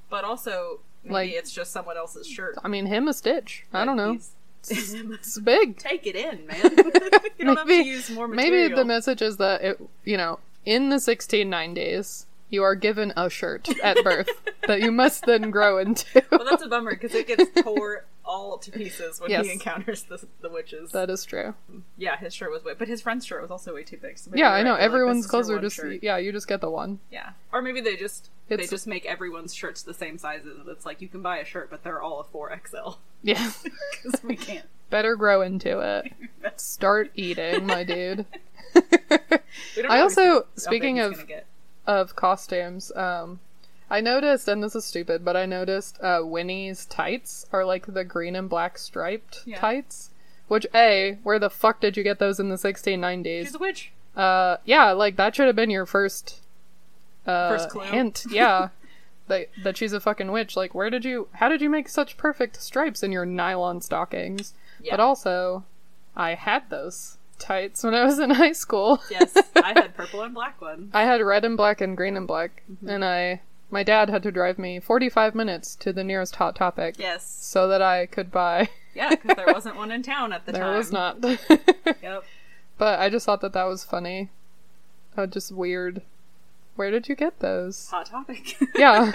Speaker 1: but also maybe
Speaker 2: Like-
Speaker 1: it's just someone else's shirt.
Speaker 2: I mean, him a stitch. I don't know.
Speaker 1: He's-
Speaker 2: It's big.
Speaker 1: Take it in, man. you don't have to use more material.
Speaker 2: Maybe the message is that it, you know, in the 1690s, you are given a shirt at birth that you must then grow into.
Speaker 1: Well, that's a bummer because it gets tore all to pieces when
Speaker 2: Yes.
Speaker 1: he encounters the, the witches.
Speaker 2: that is true.
Speaker 1: yeah, his shirt was way, but his friend's shirt was also way too big. So maybe
Speaker 2: Yeah,
Speaker 1: you're
Speaker 2: I know.
Speaker 1: right, they're like, this
Speaker 2: Everyone's
Speaker 1: is your
Speaker 2: clothes are
Speaker 1: one
Speaker 2: just
Speaker 1: shirt.
Speaker 2: yeah. You just get the one.
Speaker 1: Yeah. Or maybe they just they
Speaker 2: It's-
Speaker 1: just make everyone's shirts the same sizes. It's like you can buy a shirt, but they're all a four XL
Speaker 2: Yeah,
Speaker 1: because we can't.
Speaker 2: better grow into it. Start eating, my dude.
Speaker 1: We don't
Speaker 2: I
Speaker 1: know
Speaker 2: also-
Speaker 1: how big
Speaker 2: speaking
Speaker 1: it's
Speaker 2: of-
Speaker 1: gonna get.
Speaker 2: Of costumes, um, I noticed, and this is stupid, but I noticed uh, Winnie's tights are like the green and black striped
Speaker 1: Yeah.
Speaker 2: tights. Which a where the fuck did you get those in the 1690s?
Speaker 1: she's a witch.
Speaker 2: Uh, yeah, like that should have been your first, uh,
Speaker 1: First clue.
Speaker 2: hint. Yeah, that that she's a fucking witch. Like, where did you? How did you make such perfect stripes in your nylon stockings?
Speaker 1: Yeah.
Speaker 2: But also, I had those tights when I was in high school.
Speaker 1: Yes, I had purple and black one.
Speaker 2: I had red and black and green and black,
Speaker 1: Mm-hmm.
Speaker 2: and I my dad had to drive me 45 minutes to the nearest Hot Topic
Speaker 1: Yes,
Speaker 2: so that I could buy.
Speaker 1: yeah, because there wasn't one in town at the
Speaker 2: There
Speaker 1: time.
Speaker 2: was not.
Speaker 1: Yep.
Speaker 2: But I just thought that that was funny. Uh, just weird. Where did you get those?
Speaker 1: Hot topic.
Speaker 2: yeah.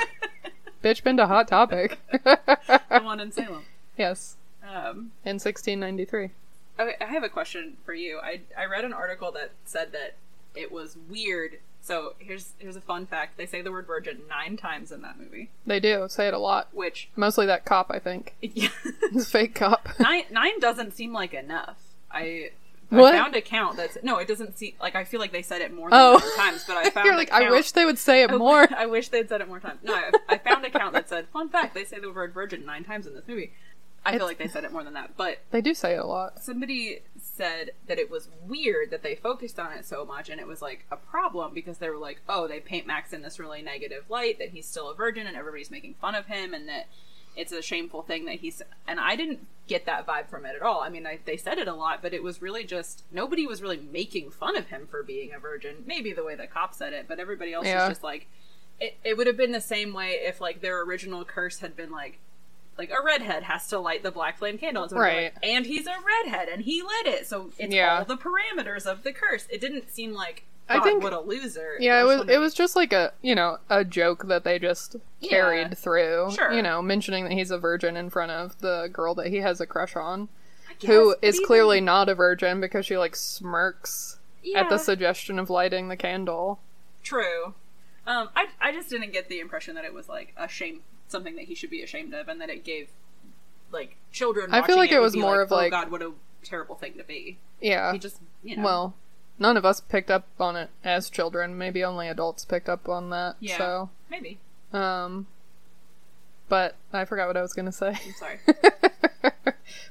Speaker 2: Bitch been to Hot Topic.
Speaker 1: the one in Salem.
Speaker 2: yes.
Speaker 1: Um,
Speaker 2: In 1693.
Speaker 1: Okay, I have a question for you. I I read an article that said that it was weird. So here's here's a fun fact. They say the word virgin nine times in that movie,
Speaker 2: They do say it a lot.
Speaker 1: which
Speaker 2: Mostly that cop, I think.
Speaker 1: yeah,
Speaker 2: The fake cop.
Speaker 1: nine nine doesn't seem like enough. I, I
Speaker 2: What?
Speaker 1: found a count that's no, it doesn't seem like I feel like they said it more than
Speaker 2: Oh.
Speaker 1: nine times, but I found
Speaker 2: You're
Speaker 1: a
Speaker 2: like, I
Speaker 1: count-
Speaker 2: wish they would say it more.
Speaker 1: I wish they'd said it more times. No, I, I found a count that said fun fact. They say the word virgin nine times in this movie. I feel like they said it more than that, but
Speaker 2: They do say it a lot.
Speaker 1: somebody said that it was weird that they focused on it so much and it was like a problem because they were like oh they paint max in this really negative light that he's still a virgin and everybody's making fun of him and that it's a shameful thing that he's and i didn't get that vibe from it at all i mean I, they said it a lot but it was really just nobody was really making fun of him for being a virgin maybe the way the cop said it but everybody else
Speaker 2: Yeah.
Speaker 1: was just like it, it would have been the same way if like their original curse had been like like a redhead has to light the black flame candle and, so they're
Speaker 2: Right.
Speaker 1: like, and he's a redhead and he lit it so it's
Speaker 2: Yeah.
Speaker 1: all the parameters of the curse it didn't seem like
Speaker 2: I
Speaker 1: God,
Speaker 2: think-
Speaker 1: what a loser
Speaker 2: Yeah, it was
Speaker 1: funny.
Speaker 2: it was just like a you know a joke that they just carried through.
Speaker 1: Sure.
Speaker 2: You know, mentioning that he's a virgin in front of the girl that he has a crush on.
Speaker 1: I guess,
Speaker 2: who
Speaker 1: but
Speaker 2: is
Speaker 1: even-
Speaker 2: clearly not a virgin because she like smirks at
Speaker 1: Yeah.
Speaker 2: the suggestion of lighting the candle.
Speaker 1: True. Um, I I just didn't get the impression that it was like a shame something that he should be ashamed of, and that it gave like children.
Speaker 2: I feel
Speaker 1: watching
Speaker 2: like it
Speaker 1: would
Speaker 2: was
Speaker 1: be
Speaker 2: more of,
Speaker 1: oh
Speaker 2: like-
Speaker 1: God, what a terrible thing to be.
Speaker 2: Yeah.
Speaker 1: He just you know
Speaker 2: Well, none of us picked up on it as children. Maybe only adults picked up on that.
Speaker 1: Yeah.
Speaker 2: So,
Speaker 1: maybe
Speaker 2: um, but I forgot what I was gonna say.
Speaker 1: I'm sorry.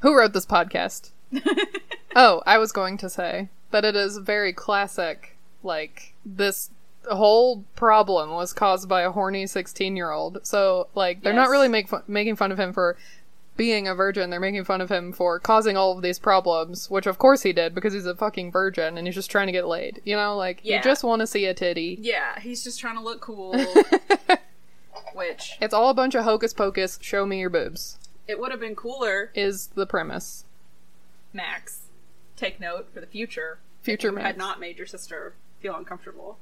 Speaker 2: Who wrote this podcast? oh, I was going to say that it is very classic. Like, this whole problem was caused by a horny 16 year old. So, like, they're not
Speaker 1: Yes.
Speaker 2: really make fu- making fun of him for being a virgin. They're making fun of him for causing all of these problems, which of course he did because he's a fucking virgin and he's just trying to get laid. You know, like,
Speaker 1: Yeah.
Speaker 2: you just want to see a titty.
Speaker 1: yeah, he's just trying to look cool. Which
Speaker 2: It's all a bunch of hocus pocus, show me your boobs,
Speaker 1: it would have been cooler,
Speaker 2: is the premise.
Speaker 1: Max. Take note for the future.
Speaker 2: Future
Speaker 1: You
Speaker 2: man.
Speaker 1: had not made your sister feel uncomfortable.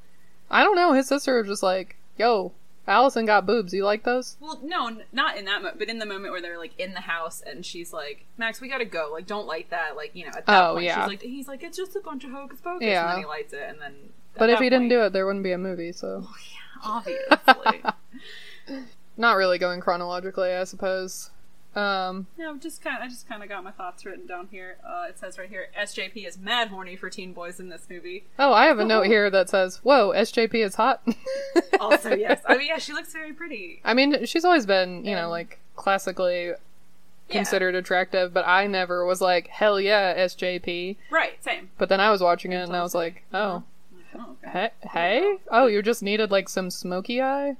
Speaker 2: I don't know. His sister was just like, "Yo, Allison got boobs. You like those?"
Speaker 1: Well, no, n- not in that moment, but in the moment where they're like in the house and she's like, "Max, we gotta go. Like, don't light that. Like, you know." At that
Speaker 2: Oh,
Speaker 1: point,
Speaker 2: yeah.
Speaker 1: She's like, he's like, "It's just a bunch of hocus pocus." And
Speaker 2: Yeah.
Speaker 1: then he lights it, and then.
Speaker 2: But if he didn't do it, there wouldn't be a movie. So,
Speaker 1: Oh. obviously,
Speaker 2: not really going chronologically, I suppose. Um,
Speaker 1: no. Just kind, I just kind of got my thoughts written down here. Uh, it says right here, SJP is mad horny for teen boys in this movie.
Speaker 2: oh, I have a note here that says, "Whoa, SJP is hot."
Speaker 1: Also, yes, I mean, yeah, she looks very pretty.
Speaker 2: I mean, she's always been, you know, like classically considered attractive, but I never was like, "Hell yeah, SJP."
Speaker 1: Right, same.
Speaker 2: But then I was watching it and I was like, "Oh,
Speaker 1: Oh, okay.
Speaker 2: he- hey, oh, you just needed like some smoky eye."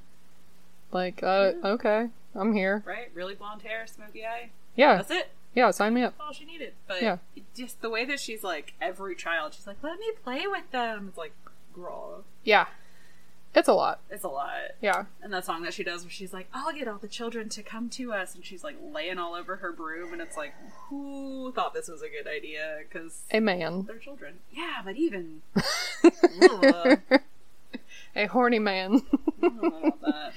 Speaker 2: Like, uh, okay, I'm here.
Speaker 1: Right, really blonde hair, smoky eye.
Speaker 2: Yeah,
Speaker 1: That's it.
Speaker 2: Yeah, sign me up.
Speaker 1: all she needed. But
Speaker 2: Yeah.
Speaker 1: just the way that she's like every child, she's like, "Let me play with them." It's like, girl,
Speaker 2: Yeah. It's a lot.
Speaker 1: it's a lot.
Speaker 2: Yeah.
Speaker 1: And that song that she does, where she's like, "I'll get all the children to come to us," and she's like laying all over her broom, and it's like, who thought this was a good idea? Because
Speaker 2: A man.
Speaker 1: they're children. Yeah, but even Ugh, I
Speaker 2: A horny man.
Speaker 1: don't know about that.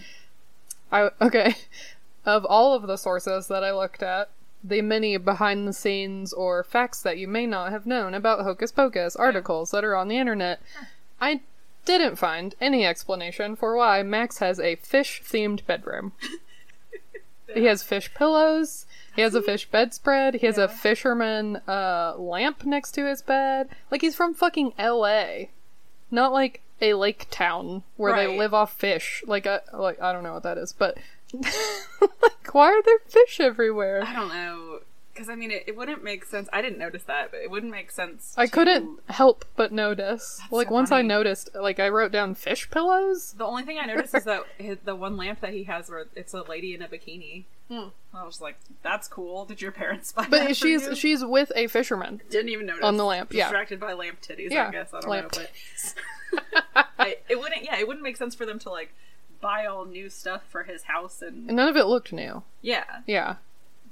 Speaker 2: I okay. Of all of the sources that I looked at, the many behind the scenes or facts that you may not have known about Hocus Pocus articles that are on the internet, I didn't find any explanation for why Max has a fish themed bedroom. he has fish pillows, he has a fish bedspread, he has a fisherman uh, lamp next to his bed. Like he's from fucking LA. Not like a lake town where they
Speaker 1: Right.
Speaker 2: live off fish. Like I like I don't know what that is, but like why are there fish everywhere?
Speaker 1: I don't know. Because I mean, it, it wouldn't make sense. I didn't notice that, but it wouldn't make sense.
Speaker 2: I
Speaker 1: to-
Speaker 2: couldn't help but notice. like
Speaker 1: so
Speaker 2: once I
Speaker 1: funny.
Speaker 2: noticed, like I wrote down fish pillows.
Speaker 1: The only thing I noticed is that his, the one lamp that he has, where it's a lady in a bikini. I was like, "That's cool." Did your parents buy that? for
Speaker 2: Hmm. But she's
Speaker 1: you?
Speaker 2: she's with a fisherman.
Speaker 1: didn't even notice
Speaker 2: on the lamp, yeah.
Speaker 1: distracted by lamp titties.
Speaker 2: Yeah,
Speaker 1: I guess I don't
Speaker 2: lamp
Speaker 1: know, but I, it wouldn't. Yeah, it wouldn't make sense for them to like buy all new stuff for his house and
Speaker 2: None of it looked new.
Speaker 1: yeah.
Speaker 2: Yeah.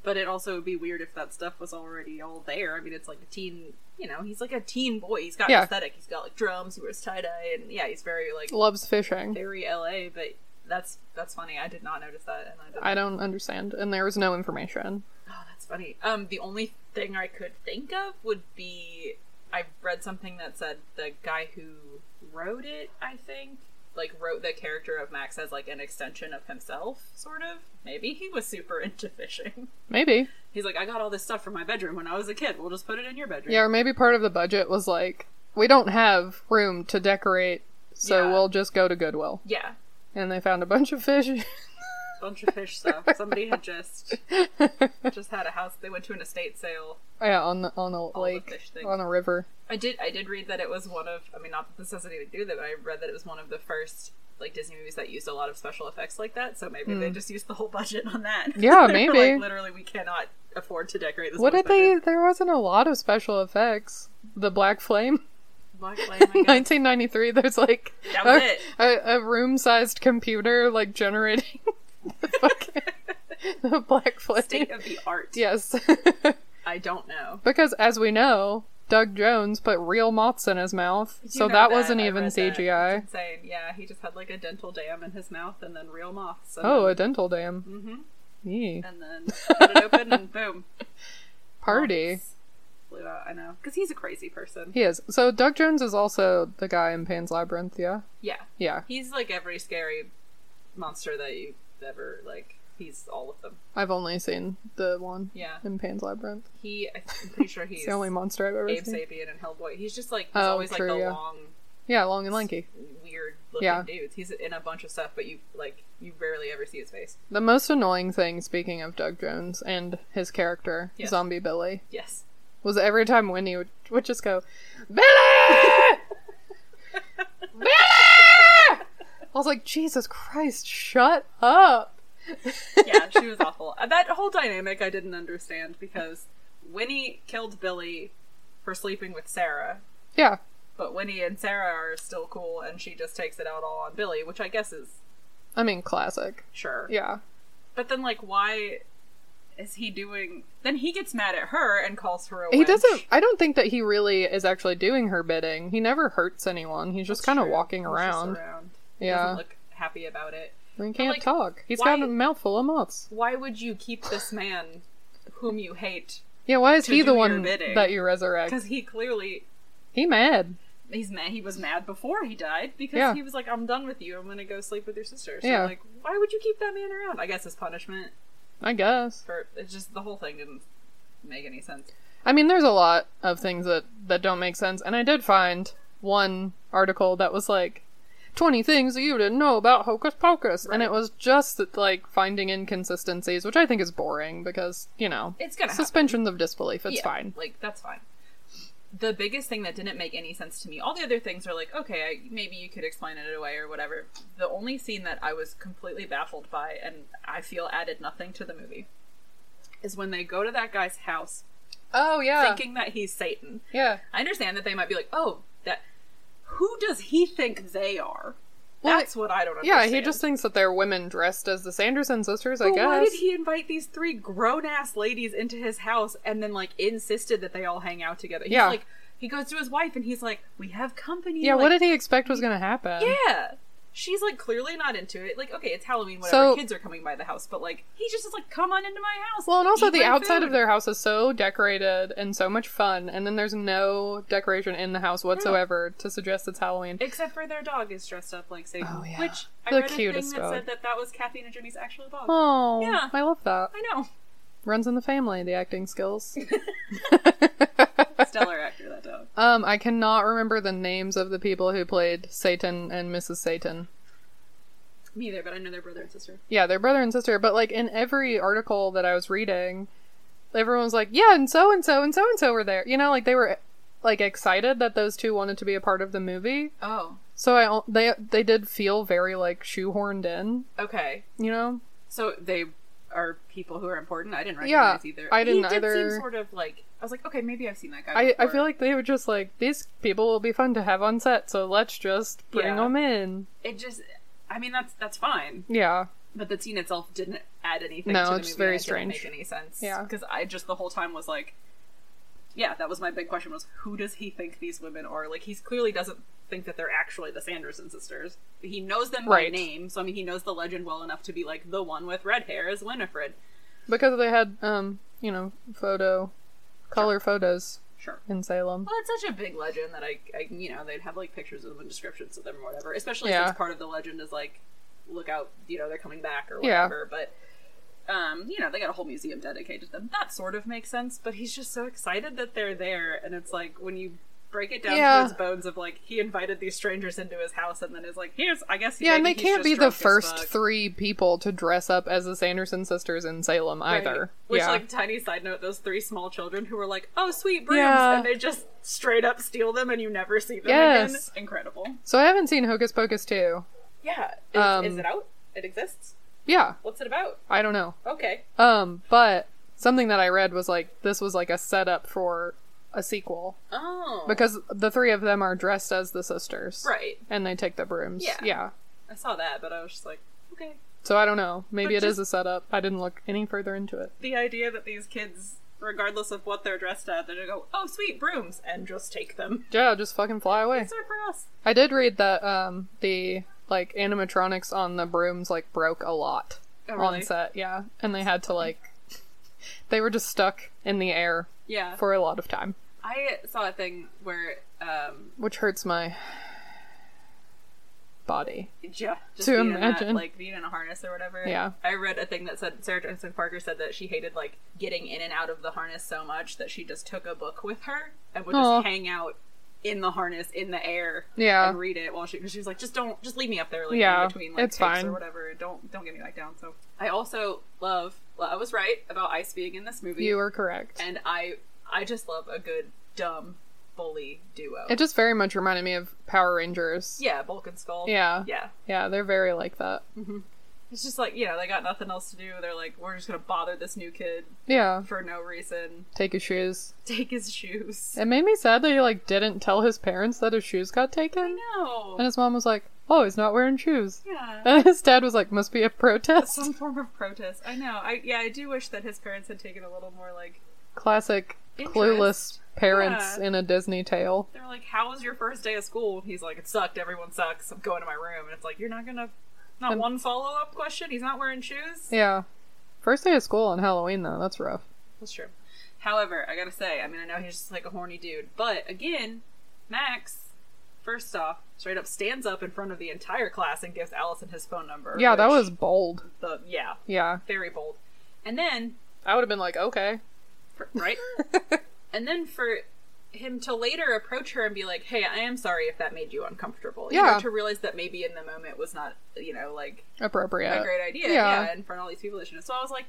Speaker 1: But it also would be weird if that stuff was already all there. I mean, it's like a teen. You know, he's like a teen boy. He's got
Speaker 2: Yeah.
Speaker 1: aesthetic. He's got like drums. He wears tie dye, and yeah, he's very like
Speaker 2: Loves fishing.
Speaker 1: very LA. But that's that's funny. I did not notice that, and I didn't
Speaker 2: I don't understand. And there was no information.
Speaker 1: That's funny. Um, the only thing I could think of would be I read something that said the guy who wrote it, I think, like wrote the character of Max as like an extension of himself, sort of. Maybe he was super into fishing.
Speaker 2: Maybe.
Speaker 1: He's like, I got all this stuff from my bedroom when I was a kid. We'll just put it in your bedroom.
Speaker 2: Yeah, or maybe part of the budget was like, we don't have room to decorate, so
Speaker 1: Yeah.
Speaker 2: we'll just go to Goodwill.
Speaker 1: Yeah.
Speaker 2: And they found a bunch of fish.
Speaker 1: Bunch of fish stuff. Somebody had just just had a house. They went to an estate sale.
Speaker 2: yeah, on the on a lake,
Speaker 1: fish things.
Speaker 2: on a river.
Speaker 1: I did I did read that it was one of I mean not that this has anything to do with it, but I read that it was one of the first like Disney movies that used a lot of special effects like that, so maybe they just used the whole budget on that.
Speaker 2: Hmm. Yeah,
Speaker 1: They were
Speaker 2: maybe.
Speaker 1: like literally we cannot afford to decorate this.
Speaker 2: What
Speaker 1: boy's
Speaker 2: did they?
Speaker 1: bedroom.
Speaker 2: There wasn't a lot of special effects. The black flame.
Speaker 1: Black Flame, I guess.
Speaker 2: 1993 there's like
Speaker 1: That was
Speaker 2: a,
Speaker 1: it.
Speaker 2: a, a room-sized computer like generating the, fucking, the black flame
Speaker 1: state of the art.
Speaker 2: yes
Speaker 1: I don't know.
Speaker 2: because as we know doug jones put real moths in his mouth
Speaker 1: You
Speaker 2: so
Speaker 1: know
Speaker 2: that, wasn't
Speaker 1: I
Speaker 2: even
Speaker 1: read that.
Speaker 2: cgi
Speaker 1: It's insane. Yeah, he just had like a dental dam in his mouth and then real moths. And
Speaker 2: oh a
Speaker 1: then,
Speaker 2: dental dam mm-hmm.
Speaker 1: and then cut it open and boom.
Speaker 2: party
Speaker 1: Moths. blew out. I know because he's a crazy person.
Speaker 2: He is. So Doug Jones is also the guy in Pan's Labyrinth, yeah?
Speaker 1: Yeah,
Speaker 2: Yeah.
Speaker 1: he's like every scary monster that you ever like. He's all of them.
Speaker 2: I've only seen the one
Speaker 1: Yeah.
Speaker 2: in Pan's Labyrinth.
Speaker 1: He, I'm pretty sure he's
Speaker 2: It's the only monster I've ever
Speaker 1: Abe
Speaker 2: seen.
Speaker 1: Sapien and Hellboy. He's just like he's
Speaker 2: Oh,
Speaker 1: always
Speaker 2: true,
Speaker 1: like the
Speaker 2: yeah.
Speaker 1: long,
Speaker 2: Yeah, long and lanky.
Speaker 1: weird looking
Speaker 2: Yeah.
Speaker 1: dudes. He's in a bunch of stuff, but you like you rarely ever see his face.
Speaker 2: The most annoying thing, speaking of Doug Jones and his character,
Speaker 1: Yes.
Speaker 2: Zombie Billy,
Speaker 1: Yes,
Speaker 2: was every time Wendy would, would just go, Billy! Billy! I was like, Jesus Christ, shut up!
Speaker 1: yeah, she was awful. Uh, That whole dynamic I didn't understand because Winnie killed Billy for sleeping with Sarah,
Speaker 2: Yeah,
Speaker 1: but Winnie and Sarah are still cool, and she just takes it out all on Billy, which I guess is
Speaker 2: I mean, classic.
Speaker 1: sure.
Speaker 2: Yeah.
Speaker 1: But then, like, why is he doing? Then he gets mad at her and calls her a
Speaker 2: He
Speaker 1: wench.
Speaker 2: doesn't. I don't think that he really is actually doing her bidding. He never hurts anyone. He's just kind of
Speaker 1: True.
Speaker 2: walking
Speaker 1: He's just
Speaker 2: around.
Speaker 1: around. He
Speaker 2: Yeah.
Speaker 1: doesn't look happy about it.
Speaker 2: And he can't
Speaker 1: like,
Speaker 2: talk. He's
Speaker 1: why-
Speaker 2: got a mouthful of moths.
Speaker 1: Why would you keep this man, whom you hate?
Speaker 2: Yeah, why is
Speaker 1: to
Speaker 2: he
Speaker 1: do
Speaker 2: the
Speaker 1: your
Speaker 2: one
Speaker 1: bidding.
Speaker 2: that you resurrect?
Speaker 1: Because he clearly
Speaker 2: He mad.
Speaker 1: he's mad. He was mad before he died because
Speaker 2: Yeah.
Speaker 1: he was like, "I'm done with you. I'm gonna go sleep with your sister." So
Speaker 2: Yeah.
Speaker 1: like, why would you keep that man around? I guess as punishment
Speaker 2: I guess.
Speaker 1: for it's just the whole thing didn't make any sense.
Speaker 2: I mean, there's a lot of things that that don't make sense, and I did find one article that was like. 20 things that you didn't know about Hocus Pocus. And it was just like finding inconsistencies, which I think is boring because, you know,
Speaker 1: It's gonna happen.
Speaker 2: suspensions of disbelief. It's
Speaker 1: Yeah,
Speaker 2: fine.
Speaker 1: Like that's fine. The biggest thing that didn't make any sense to me, all the other things are like, okay, I, maybe you could explain it away or whatever. The only scene that I was completely baffled by and I feel added nothing to the movie is when they go to that guy's house
Speaker 2: Oh, yeah.
Speaker 1: thinking that he's Satan.
Speaker 2: yeah.
Speaker 1: I understand that they might be like, oh, that who does he think they are?
Speaker 2: Well,
Speaker 1: That's what I don't
Speaker 2: Yeah,
Speaker 1: understand.
Speaker 2: he just thinks that they're women dressed as the Sanderson sisters, I
Speaker 1: But
Speaker 2: guess.
Speaker 1: why did he invite these three grown ass ladies into his house and then like insisted that they all hang out together? He's
Speaker 2: Yeah.
Speaker 1: like he goes to his wife and he's like, We have company.
Speaker 2: yeah,
Speaker 1: like,
Speaker 2: what did he expect was going to happen?
Speaker 1: Yeah. She's like clearly not into it. Like, okay, it's Halloween, whatever,
Speaker 2: So-
Speaker 1: kids are coming by the house, but like he just is like, Come on into my house.
Speaker 2: Well, and also
Speaker 1: eat
Speaker 2: the
Speaker 1: my
Speaker 2: outside
Speaker 1: food."
Speaker 2: of their house is so decorated and so much fun, and then there's no decoration in the house whatsoever to suggest it's Halloween.
Speaker 1: Except for their dog is dressed up like Satan,
Speaker 2: Oh, yeah.
Speaker 1: which I
Speaker 2: The
Speaker 1: read a thing
Speaker 2: cutest
Speaker 1: that
Speaker 2: dog.
Speaker 1: said that that was Kathy and Jimmy's actual dog.
Speaker 2: Oh,
Speaker 1: Yeah.
Speaker 2: I love that.
Speaker 1: I know,
Speaker 2: Runs in the family, the acting skills.
Speaker 1: stellar actor that dog.
Speaker 2: um, I cannot remember the names of the people who played Satan and Mrs. Satan.
Speaker 1: Me either, but I know their brother and sister.
Speaker 2: Yeah, they're brother and sister, but like in every article that I was reading, everyone was like, "Yeah, and so and so and so and so were there." You know, like they were like excited that those two wanted to be a part of the movie.
Speaker 1: Oh,
Speaker 2: So I al- they they did feel very like shoehorned in,
Speaker 1: okay.
Speaker 2: you know?
Speaker 1: So they are people who are important. I didn't
Speaker 2: Yeah,
Speaker 1: recognize either.
Speaker 2: I didn't
Speaker 1: he did
Speaker 2: either.
Speaker 1: Seem sort of like I was like, okay, maybe I've seen that guy.
Speaker 2: I, I
Speaker 1: before.
Speaker 2: feel like they were just like these people will be fun to have on set, so let's just bring
Speaker 1: Yeah.
Speaker 2: them in.
Speaker 1: it just. I mean, that's that's fine,
Speaker 2: Yeah,
Speaker 1: but the scene itself didn't add anything.
Speaker 2: No,
Speaker 1: to the
Speaker 2: it's
Speaker 1: movie,
Speaker 2: very
Speaker 1: and it didn't
Speaker 2: strange.
Speaker 1: Make any sense?
Speaker 2: Yeah.
Speaker 1: because I just the whole time was like, yeah, that was my big question: was who does he think these women are? Like, he clearly doesn't think that they're actually the Sanderson sisters. He knows them
Speaker 2: Right.
Speaker 1: by name, so I mean, he knows the legend well enough to be like, the one with red hair is Winifred.
Speaker 2: because they had um you know photo color photos
Speaker 1: Sure.
Speaker 2: in Salem.
Speaker 1: Well, it's such a big legend that I, I you know, they'd have like pictures of them and descriptions of them or whatever. Especially
Speaker 2: Yeah.
Speaker 1: since part of the legend is like, look out, you know, they're coming back or
Speaker 2: Yeah.
Speaker 1: whatever. But, um, you know, they got a whole museum dedicated to them. That sort of makes sense. But he's just so excited that they're there, and it's like when you break it down
Speaker 2: Yeah.
Speaker 1: to his bones of like he invited these strangers into his house and then is like, here's, I guess,
Speaker 2: Yeah, and
Speaker 1: maybe
Speaker 2: they
Speaker 1: he's
Speaker 2: can't
Speaker 1: just
Speaker 2: be the
Speaker 1: drunk as
Speaker 2: first
Speaker 1: fuck.
Speaker 2: three people to dress up as the Sanderson sisters in Salem
Speaker 1: Right.
Speaker 2: either.
Speaker 1: Which,
Speaker 2: yeah.
Speaker 1: like, tiny side note, those three small children who were like, "Oh, sweet brooms,"
Speaker 2: Yeah.
Speaker 1: and they just straight up steal them, and you never see them
Speaker 2: Yes.
Speaker 1: again. Incredible.
Speaker 2: so I haven't seen Hocus Pocus 2.
Speaker 1: Yeah. Is,
Speaker 2: Um,
Speaker 1: is it out? It exists.
Speaker 2: Yeah,
Speaker 1: What's it about?
Speaker 2: I don't know.
Speaker 1: Okay.
Speaker 2: Um, but something that I read was like this was like a setup for a sequel
Speaker 1: Oh,
Speaker 2: because the three of them are dressed as the sisters,
Speaker 1: right.
Speaker 2: And they take the brooms.
Speaker 1: Yeah. I saw that, but I was just like, okay.
Speaker 2: So I don't know. Maybe
Speaker 1: But
Speaker 2: it is
Speaker 1: just-
Speaker 2: a setup. I didn't look any further into it.
Speaker 1: The idea that these kids, regardless of what they're dressed at, they're gonna go, "Oh, sweet brooms," and just take them.
Speaker 2: Yeah, just fucking fly away.
Speaker 1: Sorry for us.
Speaker 2: I did read that um the like animatronics on the brooms like broke a lot
Speaker 1: Oh,
Speaker 2: on set. Yeah, and they had to like they were just stuck in the air
Speaker 1: Yeah.
Speaker 2: for a lot of time.
Speaker 1: I saw a thing where um
Speaker 2: which hurts my body.
Speaker 1: yeah, just
Speaker 2: To
Speaker 1: being In
Speaker 2: imagine.
Speaker 1: that, like being in a harness or whatever.
Speaker 2: Yeah.
Speaker 1: I read a thing that said Sarah Johnson Parker said that she hated like getting in and out of the harness so much that she just took a book with her and would
Speaker 2: Aw.
Speaker 1: just hang out in the harness in the air
Speaker 2: Yeah.
Speaker 1: and read it while she because she was like just don't just leave me up there like
Speaker 2: Yeah,
Speaker 1: in between like
Speaker 2: it's
Speaker 1: takes
Speaker 2: fine.
Speaker 1: or whatever don't don't get me back down so I also love well, I was right about Ice being in this movie
Speaker 2: You are correct.
Speaker 1: and I I just love a good dumb bully duo
Speaker 2: It just very much reminded me of Power Rangers.
Speaker 1: yeah Bulk and Skull
Speaker 2: Yeah.
Speaker 1: yeah
Speaker 2: Yeah, they're very like that.
Speaker 1: It's just like, you know, they got nothing else to do. They're like, we're just gonna bother this new kid
Speaker 2: Yeah.
Speaker 1: for no reason.
Speaker 2: Take his shoes.
Speaker 1: Take his shoes.
Speaker 2: It made me sad that he like didn't tell his parents that his shoes got taken.
Speaker 1: No.
Speaker 2: And his mom was like, "Oh, he's not wearing shoes."
Speaker 1: yeah. Um,
Speaker 2: And his dad was like, "Must be a protest."
Speaker 1: Some form of protest. I know. I yeah, I do wish that his parents had taken a little more like
Speaker 2: Classic
Speaker 1: Interest.
Speaker 2: clueless parents
Speaker 1: Yeah.
Speaker 2: in a Disney tale.
Speaker 1: they're like, How was your first day of school? And he's like, It sucked, everyone sucks, I'm going to my room and it's like, You're not gonna not
Speaker 2: Um,
Speaker 1: one follow up question, he's not wearing shoes?
Speaker 2: Yeah. First day of school on Halloween though, that's rough.
Speaker 1: That's true. However, I gotta say, I mean, I know he's just like a horny dude, but again, Max, first off, straight up stands up in front of the entire class and gives Allison his phone number.
Speaker 2: Yeah, that
Speaker 1: which
Speaker 2: was bold.
Speaker 1: the yeah,
Speaker 2: Yeah.
Speaker 1: very bold. And then
Speaker 2: I would have been like, "Okay."
Speaker 1: for- right, and then for him to later approach her and be like, "Hey, I am sorry if that made you uncomfortable." You know,
Speaker 2: Yeah.
Speaker 1: to realize that maybe in the moment was not, you know, like
Speaker 2: Appropriate.
Speaker 1: a great idea.
Speaker 2: Uh, Yeah.
Speaker 1: Yeah. in front of all these people that she knows. So I was like,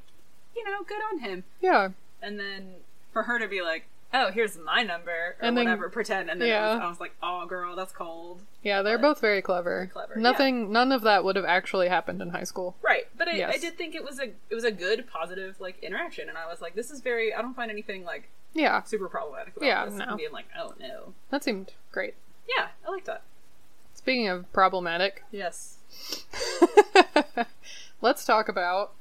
Speaker 1: you know, good on him.
Speaker 2: Yeah.
Speaker 1: and then for her to be like, "Oh, here's my number," or
Speaker 2: And then-
Speaker 1: whatever, pretend, and then it
Speaker 2: yeah.
Speaker 1: was- I was like, "Oh, girl, that's cold."
Speaker 2: Yeah, they're both very clever.
Speaker 1: clever,
Speaker 2: Nothing none of that would have actually happened in high school.
Speaker 1: Right, but I,
Speaker 2: Yes.
Speaker 1: I did think it was a it was a good positive like interaction, and I was like, "This is very." I don't find anything like
Speaker 2: Yeah.
Speaker 1: super problematic about
Speaker 2: Yeah,
Speaker 1: this.
Speaker 2: no.
Speaker 1: Being like, "Oh no,"
Speaker 2: That seemed great.
Speaker 1: yeah, I like that.
Speaker 2: Speaking of problematic,
Speaker 1: Yes,
Speaker 2: let's talk about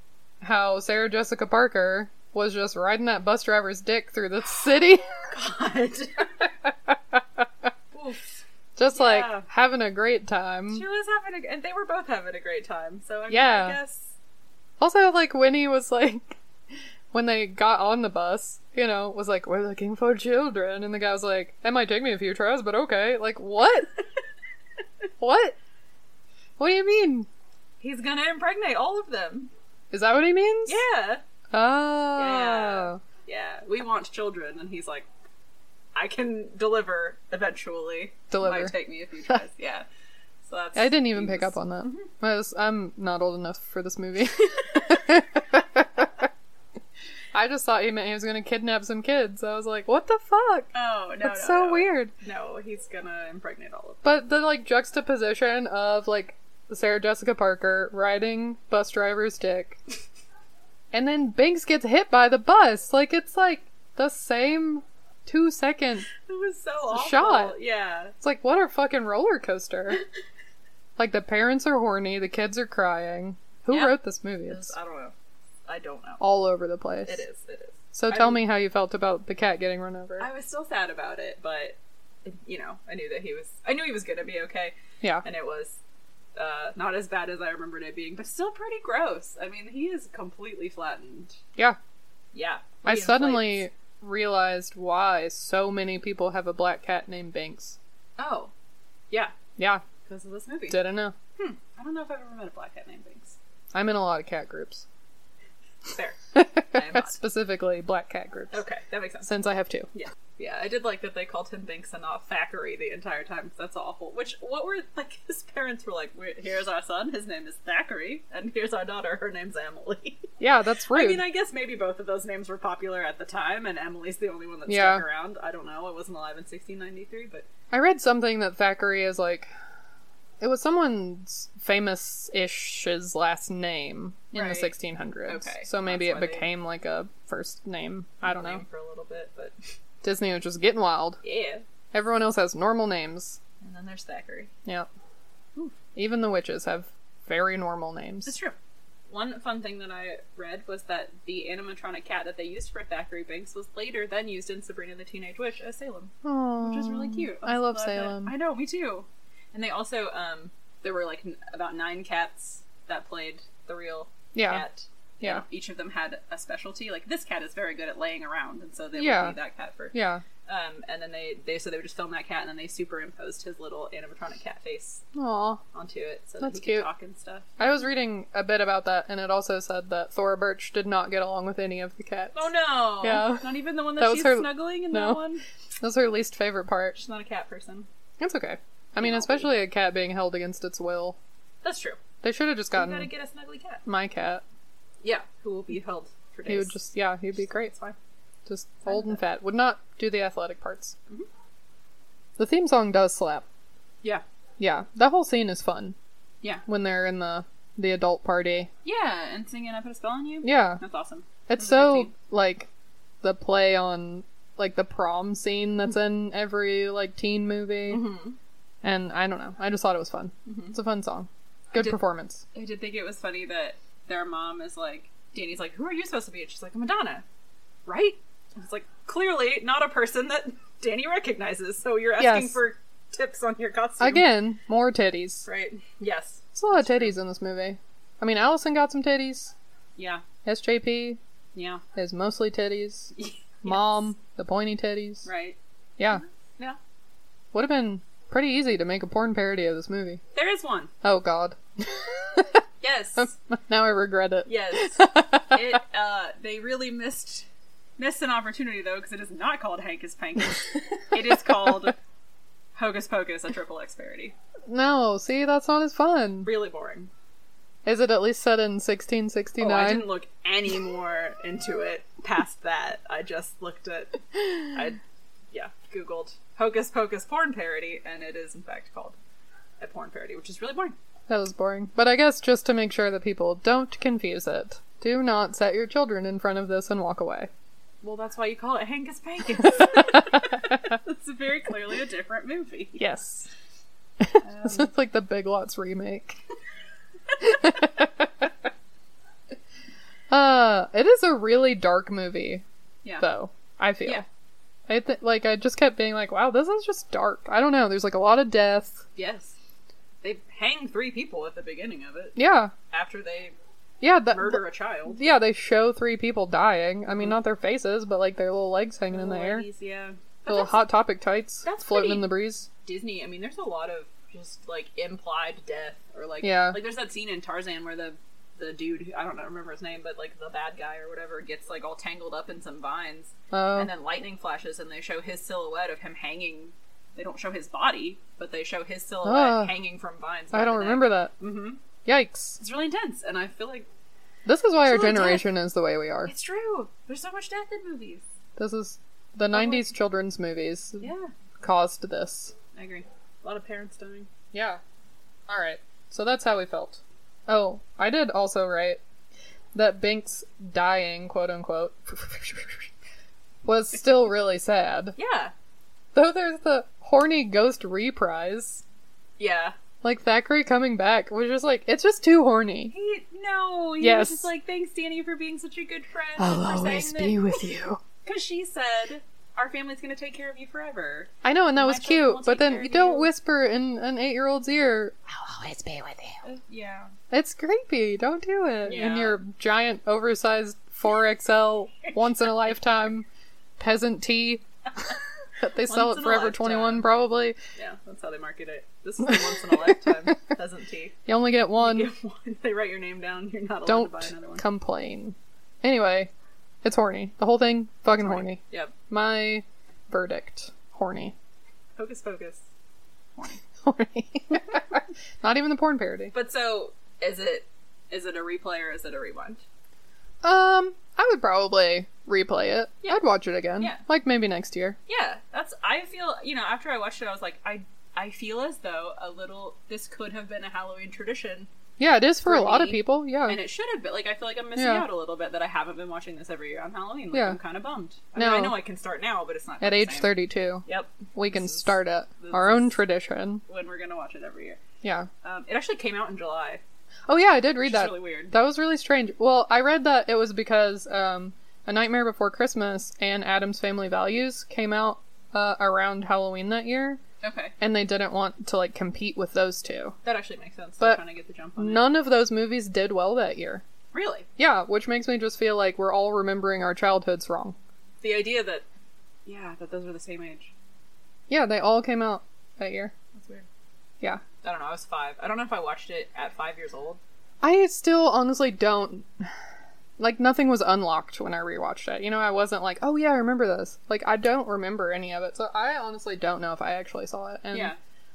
Speaker 2: how Sarah Jessica Parker was just riding that bus driver's dick through the city.
Speaker 1: Oof.
Speaker 2: just
Speaker 1: Yeah.
Speaker 2: like having a great time.
Speaker 1: she was having a, and they were both having a great time. So I mean,
Speaker 2: Yeah.
Speaker 1: I guess
Speaker 2: Also, like when he was like, when they got on the bus, you know, was like, "We're looking for children," and the guy was like, "That might take me a few tries, but okay." Like what? what? What do you mean?
Speaker 1: he's gonna impregnate all of them.
Speaker 2: Is that what he means?
Speaker 1: Yeah,
Speaker 2: Oh.
Speaker 1: Yeah. yeah. We want children, and he's like, "I can deliver eventually."
Speaker 2: Deliver.
Speaker 1: Might take me a few tries. yeah. So that's.
Speaker 2: I didn't even pick up on that.
Speaker 1: Mm-hmm.
Speaker 2: I was, I'm not old enough for this movie. I just thought he meant he was going to kidnap some kids. I was like, what the fuck?
Speaker 1: Oh no!
Speaker 2: That's
Speaker 1: no,
Speaker 2: so
Speaker 1: no.
Speaker 2: weird.
Speaker 1: No, he's gonna impregnate all of them.
Speaker 2: But the like juxtaposition of like Sarah Jessica Parker riding bus driver's dick, and then Binks gets hit by the bus. Like it's like the same two second.
Speaker 1: It was so awful.
Speaker 2: shot.
Speaker 1: Yeah.
Speaker 2: It's like what a fucking roller coaster. like the parents are horny, the kids are crying. Who
Speaker 1: Yeah.
Speaker 2: wrote this movie?
Speaker 1: It's-
Speaker 2: It's
Speaker 1: I don't know. I don't know.
Speaker 2: all over the place.
Speaker 1: It is. It is.
Speaker 2: So tell me how you felt about the cat getting run over.
Speaker 1: I was still sad about it, but you know, I knew that he was. I knew he was gonna be okay,
Speaker 2: yeah.
Speaker 1: and it was uh, not as bad as I remembered it being, but still pretty gross. I mean, he is completely flattened.
Speaker 2: Yeah.
Speaker 1: Yeah.
Speaker 2: I
Speaker 1: He
Speaker 2: suddenly
Speaker 1: inflates.
Speaker 2: realized why so many people have a black cat named Binks.
Speaker 1: Oh. Yeah.
Speaker 2: Yeah,
Speaker 1: Because of this movie.
Speaker 2: didn't know.
Speaker 1: I don't know if I've ever met a black cat named Binks.
Speaker 2: I'm in a lot of cat groups.
Speaker 1: There. I am not.
Speaker 2: Specifically, black cat groups.
Speaker 1: Okay, that makes sense.
Speaker 2: Since I have two.
Speaker 1: Yeah. Yeah, I did like that they called him Binks and not Thackeray the entire time. 'cause That's awful. Which, what were, like, his parents were like, "We're- here's our son, his name is Thackeray, and here's our daughter, her name's Emily.
Speaker 2: Yeah, that's rude.
Speaker 1: I mean, I guess maybe both of those names were popular at the time, and Emily's the only one that
Speaker 2: Yeah.
Speaker 1: stuck around. I don't know. I wasn't alive in 1693, but
Speaker 2: I read something that Thackeray is like. It was someone's famous ish's last name in
Speaker 1: Right.
Speaker 2: the 1600s.
Speaker 1: Okay,
Speaker 2: So maybe
Speaker 1: that's
Speaker 2: it
Speaker 1: why they-
Speaker 2: became like a first name. I don't know.
Speaker 1: name for a little bit. But
Speaker 2: Disney was just getting wild.
Speaker 1: yeah.
Speaker 2: Everyone else has normal names.
Speaker 1: And then there's Thackeray.
Speaker 2: Yep. Even the witches have very normal names.
Speaker 1: It's true. One fun thing that I read was that the animatronic cat that they used for Thackeray Binks was later then used in Sabrina the Teenage Witch as Salem, which is really cute.
Speaker 2: Mm, I
Speaker 1: was
Speaker 2: love
Speaker 1: glad that-
Speaker 2: Salem.
Speaker 1: I know, me too. And they also, um, there were like n- about nine cats that played the real
Speaker 2: Yeah.
Speaker 1: cat.
Speaker 2: Yeah.
Speaker 1: Each of them had a specialty. Like this cat is very good at laying around, and so they
Speaker 2: Yeah.
Speaker 1: would be that cat for
Speaker 2: Yeah.
Speaker 1: Um, and then they, they so they would just film that cat, and then they superimposed his little animatronic cat face
Speaker 2: Aw.
Speaker 1: onto it, so
Speaker 2: That's
Speaker 1: that he
Speaker 2: cute.
Speaker 1: could talk and stuff.
Speaker 2: I was reading a bit about that, and it also said that Thora Birch did not get along with any of the cats.
Speaker 1: Oh no!
Speaker 2: Yeah.
Speaker 1: not even the one that,
Speaker 2: That was
Speaker 1: she's
Speaker 2: her-
Speaker 1: snuggling in
Speaker 2: no.
Speaker 1: that one.
Speaker 2: That's her least favorite part.
Speaker 1: She's not a cat person.
Speaker 2: It's okay. I mean, especially a cat being held against its will.
Speaker 1: That's true.
Speaker 2: They should have just
Speaker 1: You gotta
Speaker 2: gotten
Speaker 1: get a snuggly cat.
Speaker 2: my cat.
Speaker 1: Yeah, who will be held for days.
Speaker 2: He would just, yeah, he'd be great.
Speaker 1: It's fine. Mm-hmm.
Speaker 2: Just old and fat. Would not do the athletic parts. The theme song does slap.
Speaker 1: Yeah,
Speaker 2: Yeah, that whole scene is fun
Speaker 1: yeah,
Speaker 2: when they're in the the adult party.
Speaker 1: yeah. And singing, I put a spell on you.
Speaker 2: Yeah,
Speaker 1: that's awesome.
Speaker 2: it's
Speaker 1: a good
Speaker 2: so
Speaker 1: scene.
Speaker 2: like the play on like the prom scene that's in every like teen movie.
Speaker 1: Mm-hmm.
Speaker 2: And I don't know. I just thought it was fun. It's a fun song. Good
Speaker 1: did-
Speaker 2: performance.
Speaker 1: Mm-hmm. I did think it was funny that their mom is like, Danny's like, who are you supposed to be? And she's like, Madonna, right? And it's like clearly not a person that Danny recognizes. So you're asking
Speaker 2: Yes.
Speaker 1: for tips on your costume
Speaker 2: Again, more titties.
Speaker 1: right? Yes,
Speaker 2: There's a lot of titties in this movie. I mean, Allison got some titties.
Speaker 1: yeah,
Speaker 2: SJP
Speaker 1: yeah,
Speaker 2: is mostly titties. Mom, the pointy titties.
Speaker 1: right.
Speaker 2: Yeah.
Speaker 1: Yeah.
Speaker 2: Would have been pretty easy to make a porn parody of this movie.
Speaker 1: There is one.
Speaker 2: Oh, God.
Speaker 1: Yes,
Speaker 2: now I regret it.
Speaker 1: yes. It uh, they really missed missed an opportunity though because it is not called Hankus Pankus. it is called Hocus Pocus, a triple X parody.
Speaker 2: No, see, that's not as fun.
Speaker 1: Really boring.
Speaker 2: Is it at least set in
Speaker 1: Oh,
Speaker 2: 1669?
Speaker 1: I didn't look any more into it past that. I just looked at, I, yeah, Googled Hocus Pocus porn parody, and it is in fact called a porn parody, which is really boring.
Speaker 2: That was boring. But I guess just to make sure that people don't confuse it, do not set your children in front of this and walk away.
Speaker 1: Well, that's why you call it Hankus Pankus. it's very clearly a different movie.
Speaker 2: Yes. this is like the Big Lots remake. uh, it is a really dark movie,
Speaker 1: Yeah.
Speaker 2: though. I feel.
Speaker 1: Yeah.
Speaker 2: I th- like I just kept being like, wow, this is just dark. I don't know. There's like a lot of death.
Speaker 1: Yes. They hang three people at the beginning of it
Speaker 2: Yeah.
Speaker 1: after they
Speaker 2: Yeah. That.
Speaker 1: murder a child.
Speaker 2: Yeah, they show three people dying. I mean, not their faces, but like their little legs hanging in the air.
Speaker 1: Ladies, yeah.
Speaker 2: Little hot topic tights
Speaker 1: that's
Speaker 2: floating
Speaker 1: pretty-
Speaker 2: in the breeze.
Speaker 1: Disney, I mean, there's a lot of just like implied death or like
Speaker 2: Yeah.
Speaker 1: like there's that scene in Tarzan where the the dude I don't know remember his name, but like the bad guy or whatever gets like all tangled up in some vines,
Speaker 2: Oh.
Speaker 1: and then lightning flashes and they show his silhouette of him hanging. They don't show his body, but they show his silhouette
Speaker 2: Ah.
Speaker 1: hanging from vines.
Speaker 2: I don't remember that.
Speaker 1: Mm-hmm.
Speaker 2: Yikes.
Speaker 1: It's really intense, and I feel like
Speaker 2: This is why our
Speaker 1: It's a lot of death.
Speaker 2: generation is the way we are.
Speaker 1: it's true. There's so much death in movies.
Speaker 2: This is the 90s children's movies
Speaker 1: Yeah,
Speaker 2: caused this.
Speaker 1: I agree. A lot of parents dying.
Speaker 2: Yeah. All right. So that's how we felt. Oh, I did also write that Binks dying, quote unquote, was still really sad.
Speaker 1: Yeah,
Speaker 2: Though there's the horny ghost reprise.
Speaker 1: yeah.
Speaker 2: Like Thackeray coming back was just like, it's just too horny.
Speaker 1: He, no, he
Speaker 2: Yes.
Speaker 1: was just like, thanks, Danny, for being such a good friend.
Speaker 3: I'll
Speaker 1: and for
Speaker 3: always
Speaker 1: saying
Speaker 3: be with you.
Speaker 1: Because she said, our family's going to take care of you forever.
Speaker 2: I know, and that was
Speaker 1: My children
Speaker 2: cute,
Speaker 1: will
Speaker 2: but
Speaker 1: take
Speaker 2: then
Speaker 1: care
Speaker 2: you
Speaker 1: of
Speaker 2: don't
Speaker 1: you.
Speaker 2: whisper in an eight year old's ear,
Speaker 3: I'll always be with you.
Speaker 1: Yeah.
Speaker 2: It's creepy. Don't do it. In
Speaker 1: Yeah.
Speaker 2: your giant, oversized 4XL, once in a lifetime peasant tea that they sell
Speaker 1: Once
Speaker 2: at
Speaker 1: in a
Speaker 2: Forever
Speaker 1: lifetime.
Speaker 2: 21, probably.
Speaker 1: Yeah, that's how they market it. This is a once in a lifetime peasant tea.
Speaker 2: You only get one.
Speaker 1: If they write your name down, you're not allowed
Speaker 2: don't
Speaker 1: to buy another one.
Speaker 2: complain. Anyway, it's horny. The whole thing, fucking horny.
Speaker 1: Yep.
Speaker 2: My verdict horny.
Speaker 1: Hocus pocus.
Speaker 2: Horny. Not even the porn parody.
Speaker 1: But so, is it is it a replay or is it a rewind?
Speaker 2: Um, I would probably replay it.
Speaker 1: Yeah.
Speaker 2: I'd watch it again.
Speaker 1: Yeah.
Speaker 2: Like maybe next year.
Speaker 1: Yeah, that's. I feel you know after I watched it, I was like, I I feel as though a little this could have been a Halloween tradition,
Speaker 2: Yeah, it is for, a
Speaker 1: For
Speaker 2: lot of
Speaker 1: me.
Speaker 2: people. Yeah.
Speaker 1: and it should have been. Like I feel like I'm missing
Speaker 2: Yeah.
Speaker 1: out a little bit that I haven't been watching this every year on Halloween. Like,
Speaker 2: Yeah.
Speaker 1: I'm kind of bummed. I
Speaker 2: No.
Speaker 1: mean, I know I can start now, but it's not
Speaker 2: At
Speaker 1: the
Speaker 2: age
Speaker 1: same.
Speaker 2: 32.
Speaker 1: Yep,
Speaker 2: we can
Speaker 1: is-
Speaker 2: start it.
Speaker 1: this
Speaker 2: Our own
Speaker 1: is-
Speaker 2: tradition.
Speaker 1: when we're gonna watch it every year.
Speaker 2: Yeah.
Speaker 1: Um, it actually came out in July.
Speaker 2: Oh yeah, I did read
Speaker 1: Which is
Speaker 2: that.
Speaker 1: really weird.
Speaker 2: That was really strange. Well, I read that it was because um, A Nightmare Before Christmas and Adam's Family Values came out uh, around Halloween that year,
Speaker 1: Okay,
Speaker 2: and they didn't want to like compete with those two.
Speaker 1: that actually makes sense.
Speaker 2: But
Speaker 1: But trying to get the jump on it.
Speaker 2: None of those movies did well that year.
Speaker 1: Really,
Speaker 2: Yeah, which makes me just feel like we're all remembering our childhoods wrong.
Speaker 1: the idea that Yeah, I thought those were the same age.
Speaker 2: Yeah, they all came out that year.
Speaker 1: That's weird.
Speaker 2: Yeah.
Speaker 1: I don't know. I was five. I don't know if I watched it at five years old.
Speaker 2: I still honestly don't like nothing was unlocked when I rewatched it. You know, I wasn't like, "Oh yeah, I remember this." Like I don't remember any of it. So I honestly don't know if I actually saw it and
Speaker 1: Yeah.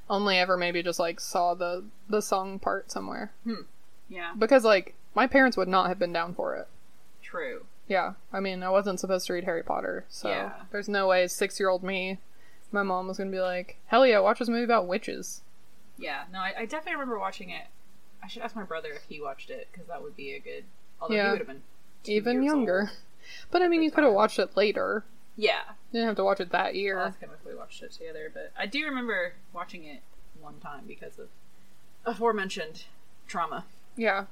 Speaker 2: only ever maybe just like saw the the song part somewhere.
Speaker 1: Yeah.
Speaker 2: Because like my parents would not have been down for it.
Speaker 1: True.
Speaker 2: Yeah. I mean, I wasn't supposed to read Harry Potter, so
Speaker 1: Yeah.
Speaker 2: there's no way 6-year-old me my mom was going to be like, "Hell yeah, watch this movie about witches."
Speaker 1: Yeah. No, I, I definitely remember watching it. I should ask my brother if he watched it because that would be a good. Although
Speaker 2: Yeah.
Speaker 1: he would have been two
Speaker 2: Even
Speaker 1: years old.
Speaker 2: younger. But I mean, you could have watched it later.
Speaker 1: Yeah.
Speaker 2: You didn't have to watch it that year.
Speaker 1: I'll ask him if we watched it together, but I do remember watching it one time because of aforementioned trauma.
Speaker 2: Yeah.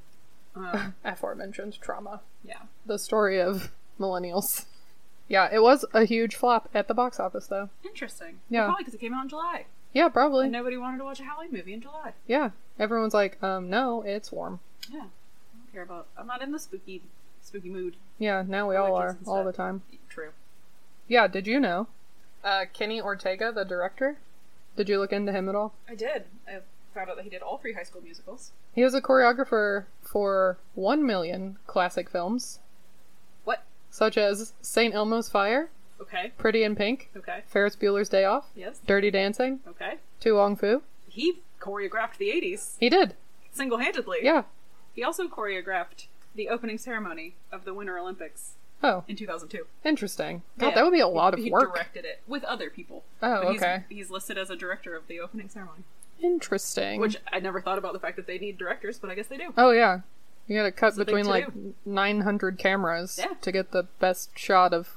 Speaker 1: Um,
Speaker 2: aforementioned trauma.
Speaker 1: yeah.
Speaker 2: The story of millennials. Yeah, it was a huge flop at the box office, though.
Speaker 1: Interesting.
Speaker 2: Yeah.
Speaker 1: Well, probably because it came out in July.
Speaker 2: Yeah, probably.
Speaker 1: And nobody wanted to watch a Halloween movie in July.
Speaker 2: Yeah, everyone's like, um, no, it's warm.
Speaker 1: Yeah. I don't care about. I'm not in the spooky, spooky mood.
Speaker 2: Yeah, now we
Speaker 1: I like
Speaker 2: all
Speaker 1: it
Speaker 2: are,
Speaker 1: since
Speaker 2: all
Speaker 1: then.
Speaker 2: the time.
Speaker 1: True.
Speaker 2: Yeah, did you know? Uh, Kenny Ortega, the director? Did you look into him at all?
Speaker 1: I did. I found out that he did all three high school musicals.
Speaker 2: He was a choreographer for one million classic films,
Speaker 1: What?
Speaker 2: such as St. Elmo's Fire,
Speaker 1: Okay.
Speaker 2: Pretty in Pink,
Speaker 1: Okay.
Speaker 2: Ferris Bueller's Day Off,
Speaker 1: Yes.
Speaker 2: Dirty Dancing,
Speaker 1: Okay.
Speaker 2: Tu Wong Fu.
Speaker 1: He choreographed the 80s
Speaker 2: He did.
Speaker 1: single handedly.
Speaker 2: Yeah.
Speaker 1: He also choreographed the opening ceremony of the Winter Olympics
Speaker 2: Oh,
Speaker 1: in 2002.
Speaker 2: interesting. God,
Speaker 1: Yeah.
Speaker 2: that would be a lot of
Speaker 1: he
Speaker 2: work.
Speaker 1: directed it with other people.
Speaker 2: Oh,
Speaker 1: But he's-
Speaker 2: okay.
Speaker 1: He's, listed as a director of the opening ceremony,
Speaker 2: Interesting.
Speaker 1: which I never thought about the fact that they need directors, but I guess they do.
Speaker 2: oh yeah, you got to cut
Speaker 1: a
Speaker 2: between
Speaker 1: big
Speaker 2: like
Speaker 1: to-do.
Speaker 2: 900 cameras
Speaker 1: Yeah.
Speaker 2: to get the best shot of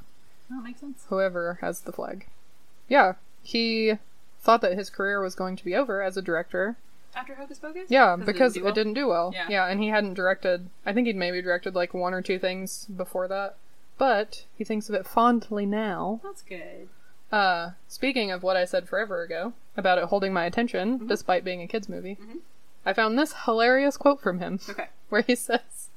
Speaker 1: That makes sense.
Speaker 2: whoever has the flag. Yeah, he thought that his career was going to be over as a director.
Speaker 1: After Hocus Pocus?
Speaker 2: Yeah,
Speaker 1: it
Speaker 2: because
Speaker 1: do
Speaker 2: it
Speaker 1: well?
Speaker 2: didn't do well.
Speaker 1: Yeah.
Speaker 2: and he hadn't directed. I think he'd maybe directed like one or two things before that. But he thinks of it fondly now.
Speaker 1: That's good.
Speaker 2: Uh, speaking of what I said forever ago about it holding my attention
Speaker 1: Mm-hmm.
Speaker 2: despite being a kids movie, I found this hilarious quote from him
Speaker 1: Okay.
Speaker 2: where he says,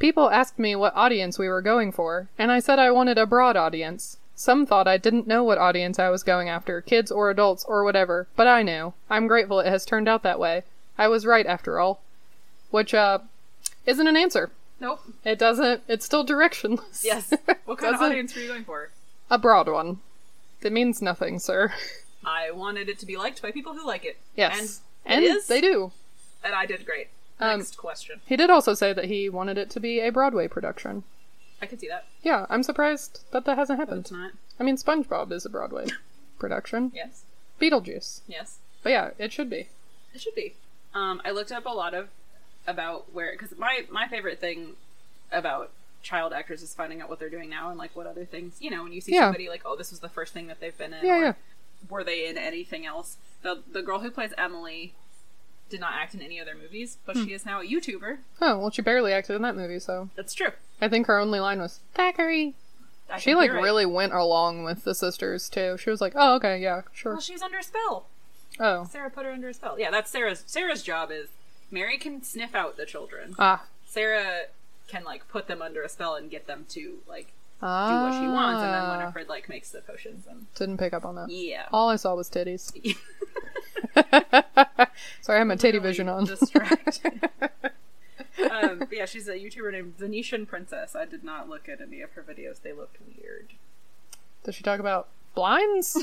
Speaker 2: "People asked me what audience we were going for, and I said I wanted a broad audience. Some thought I didn't know what audience I was going after, kids or adults or whatever, but I knew. I'm grateful it has turned out that way. I was right after all." Which uh isn't an answer.
Speaker 1: Nope.
Speaker 2: It doesn't it's still directionless.
Speaker 1: Yes. What kind of
Speaker 2: Doesn't-
Speaker 1: audience were you going for?
Speaker 2: A broad one. That means nothing, sir.
Speaker 1: I wanted it to be liked by people who like it.
Speaker 2: Yes.
Speaker 1: And, it is,
Speaker 2: they do.
Speaker 1: And I did great.
Speaker 2: Um,
Speaker 1: Next question.
Speaker 2: He did also say that he wanted it to be a Broadway production.
Speaker 1: I can see that.
Speaker 2: Yeah, I'm surprised that that hasn't
Speaker 1: But
Speaker 2: happened.
Speaker 1: it's not.
Speaker 2: I mean, SpongeBob is a Broadway production.
Speaker 1: Yes.
Speaker 2: Beetlejuice.
Speaker 1: Yes.
Speaker 2: But yeah, it should be.
Speaker 1: It should be. Um, I looked up a lot of about where because my my favorite thing about child actors is finding out what they're doing now and like what other things you know when you see
Speaker 2: Yeah.
Speaker 1: somebody like oh this was the first thing that they've been in
Speaker 2: Yeah,
Speaker 1: or
Speaker 2: yeah.
Speaker 1: were they in anything else the the girl who plays Emily did not act in any other movies but
Speaker 2: Hmm.
Speaker 1: she is now a YouTuber
Speaker 2: Oh, well, she barely acted in that movie, so.
Speaker 1: that's true
Speaker 2: I think her only line was, Thackeray.
Speaker 1: I
Speaker 2: She,
Speaker 1: think
Speaker 2: like,
Speaker 1: you're right.
Speaker 2: really went along with the sisters, too. She was like, oh, okay, yeah, sure.
Speaker 1: well she's under a spell
Speaker 2: Oh.
Speaker 1: Sarah put her under a spell yeah that's Sarah's Sarah's job is Mary can sniff out the children
Speaker 2: Ah.
Speaker 1: Sarah can like put them under a spell and get them to like do
Speaker 2: Ah.
Speaker 1: what she wants, and then Winifred like makes the potions and
Speaker 2: Didn't pick up on that.
Speaker 1: yeah.
Speaker 2: All I saw was titties. Sorry, I had my titty vision on.
Speaker 1: Distracted. um, but yeah, she's a YouTuber named Venetian Princess. I did not look at any of her videos; they looked weird.
Speaker 2: Does she talk about blinds?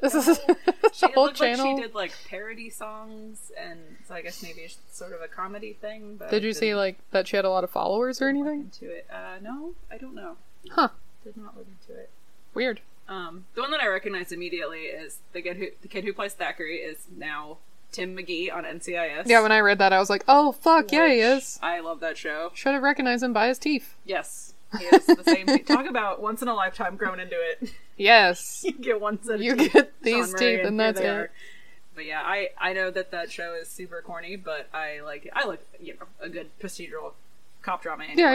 Speaker 2: this is the
Speaker 1: It
Speaker 2: whole
Speaker 1: looked like
Speaker 2: channel.
Speaker 1: she did like parody songs, and so I guess maybe it's sort of a comedy thing. But
Speaker 2: Did
Speaker 1: I
Speaker 2: you see
Speaker 1: didn't
Speaker 2: like that she had a lot of followers or
Speaker 1: look
Speaker 2: anything?
Speaker 1: into it? Uh, no, I don't know.
Speaker 2: Huh.
Speaker 1: Did not look into it.
Speaker 2: Weird.
Speaker 1: Um, the one that I recognized immediately is the kid who the kid who plays Thackeray is now Tim McGee on NCIS.
Speaker 2: Yeah, when I read that I was like, Oh fuck, yeah he
Speaker 1: which
Speaker 2: is.
Speaker 1: I love that show.
Speaker 2: Should have recognized him by his teeth.
Speaker 1: Yes. He is the same thing. Talk about once in a lifetime growing into it.
Speaker 2: Yes.
Speaker 1: You get one set of
Speaker 2: You
Speaker 1: teeth,
Speaker 2: get these
Speaker 1: Murray,
Speaker 2: teeth, and
Speaker 1: here
Speaker 2: that's
Speaker 1: they
Speaker 2: it.
Speaker 1: are. But yeah, I, I know that that show is super corny, but I like it. I like, you know, a good procedural cop drama anyway.
Speaker 2: Yeah,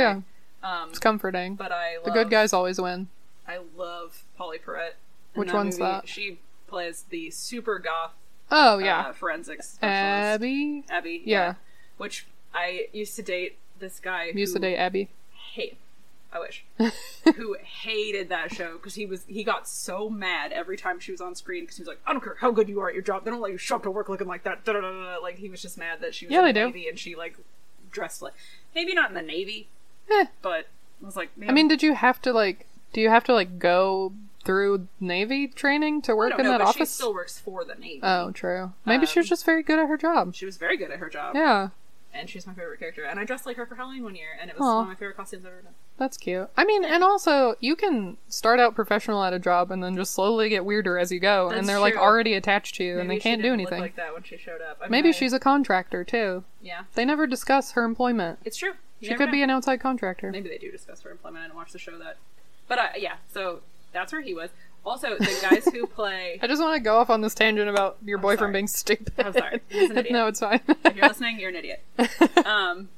Speaker 2: yeah.
Speaker 1: Um,
Speaker 2: It's comforting.
Speaker 1: but I love,
Speaker 2: the good guys always win.
Speaker 1: I love Polly Perrette. in
Speaker 2: Which one's
Speaker 1: movie.
Speaker 2: that?
Speaker 1: She plays the super goth
Speaker 2: Oh
Speaker 1: uh,
Speaker 2: yeah.
Speaker 1: forensics specialist.
Speaker 2: Abby.
Speaker 1: Abby.
Speaker 2: Yeah.
Speaker 1: Which I used to date this guy
Speaker 2: Used to
Speaker 1: who
Speaker 2: date Abby.
Speaker 1: hate I wish. who hated that show because he was he got so mad every time she was on screen because he was like, I don't care how good you are at your job, they don't let you show up to work looking like that. da da da da da." Like he was just mad that she was
Speaker 2: Yeah,
Speaker 1: in
Speaker 2: they
Speaker 1: the
Speaker 2: do.
Speaker 1: navy and she like dressed like maybe not in the navy,
Speaker 2: Eh.
Speaker 1: but I was like, man,
Speaker 2: I mean, did you have to like? Do you have to like go through Navy training to
Speaker 1: I
Speaker 2: work
Speaker 1: don't
Speaker 2: in
Speaker 1: know,
Speaker 2: that
Speaker 1: but she
Speaker 2: office?
Speaker 1: still Um, works for the navy.
Speaker 2: Oh, true. Maybe she was just very good at her job.
Speaker 1: she was very good at her job,
Speaker 2: Yeah,
Speaker 1: and she's my favorite character. And I dressed like her for Halloween one year, and it was
Speaker 2: Aw.
Speaker 1: one of my favorite costumes I've ever done.
Speaker 2: that's cute. I mean, and also you can start out professional at a job and then just slowly get weirder as you go,
Speaker 1: That's
Speaker 2: and they're like
Speaker 1: true.
Speaker 2: already attached to you, and
Speaker 1: Maybe
Speaker 2: they
Speaker 1: she
Speaker 2: can't do
Speaker 1: didn't look
Speaker 2: anything.
Speaker 1: like that when she showed up. I mean,
Speaker 2: Maybe
Speaker 1: I-
Speaker 2: she's a contractor too.
Speaker 1: yeah,
Speaker 2: They never discuss her employment.
Speaker 1: it's true. You
Speaker 2: She
Speaker 1: never
Speaker 2: could
Speaker 1: know.
Speaker 2: be an outside contractor.
Speaker 1: maybe they do discuss her employment. I didn't watch the show that, but uh, yeah, so that's where he was. Also, the guys who play.
Speaker 2: I just want to go off on this tangent about your boyfriend
Speaker 1: sorry.
Speaker 2: being stupid.
Speaker 1: I'm sorry. He's an idiot.
Speaker 2: no, it's fine.
Speaker 1: If you're listening, you're an idiot. Um,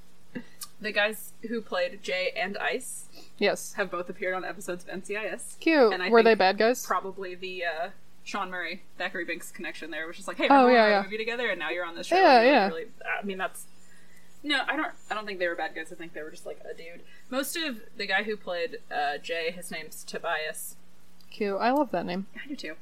Speaker 1: the guys who played Jay and Ice
Speaker 2: yes.
Speaker 1: have both appeared on episodes of NCIS.
Speaker 2: Cute.
Speaker 1: And I
Speaker 2: Were
Speaker 1: think
Speaker 2: they bad guys?
Speaker 1: Probably the uh, Sean Murray Thackeray Binks connection there, which is like, hey,
Speaker 2: Oh,
Speaker 1: remember we
Speaker 2: yeah,
Speaker 1: were in
Speaker 2: yeah.
Speaker 1: a movie together, and now you're on this show.
Speaker 2: Yeah,
Speaker 1: and you're,
Speaker 2: yeah.
Speaker 1: Like, really, I mean, that's no, I don't. I don't think they were bad guys. I think they were just like a dude. Most of the guy who played uh, Jay, his name's Tobias.
Speaker 2: Cute. I love that name.
Speaker 1: I do too.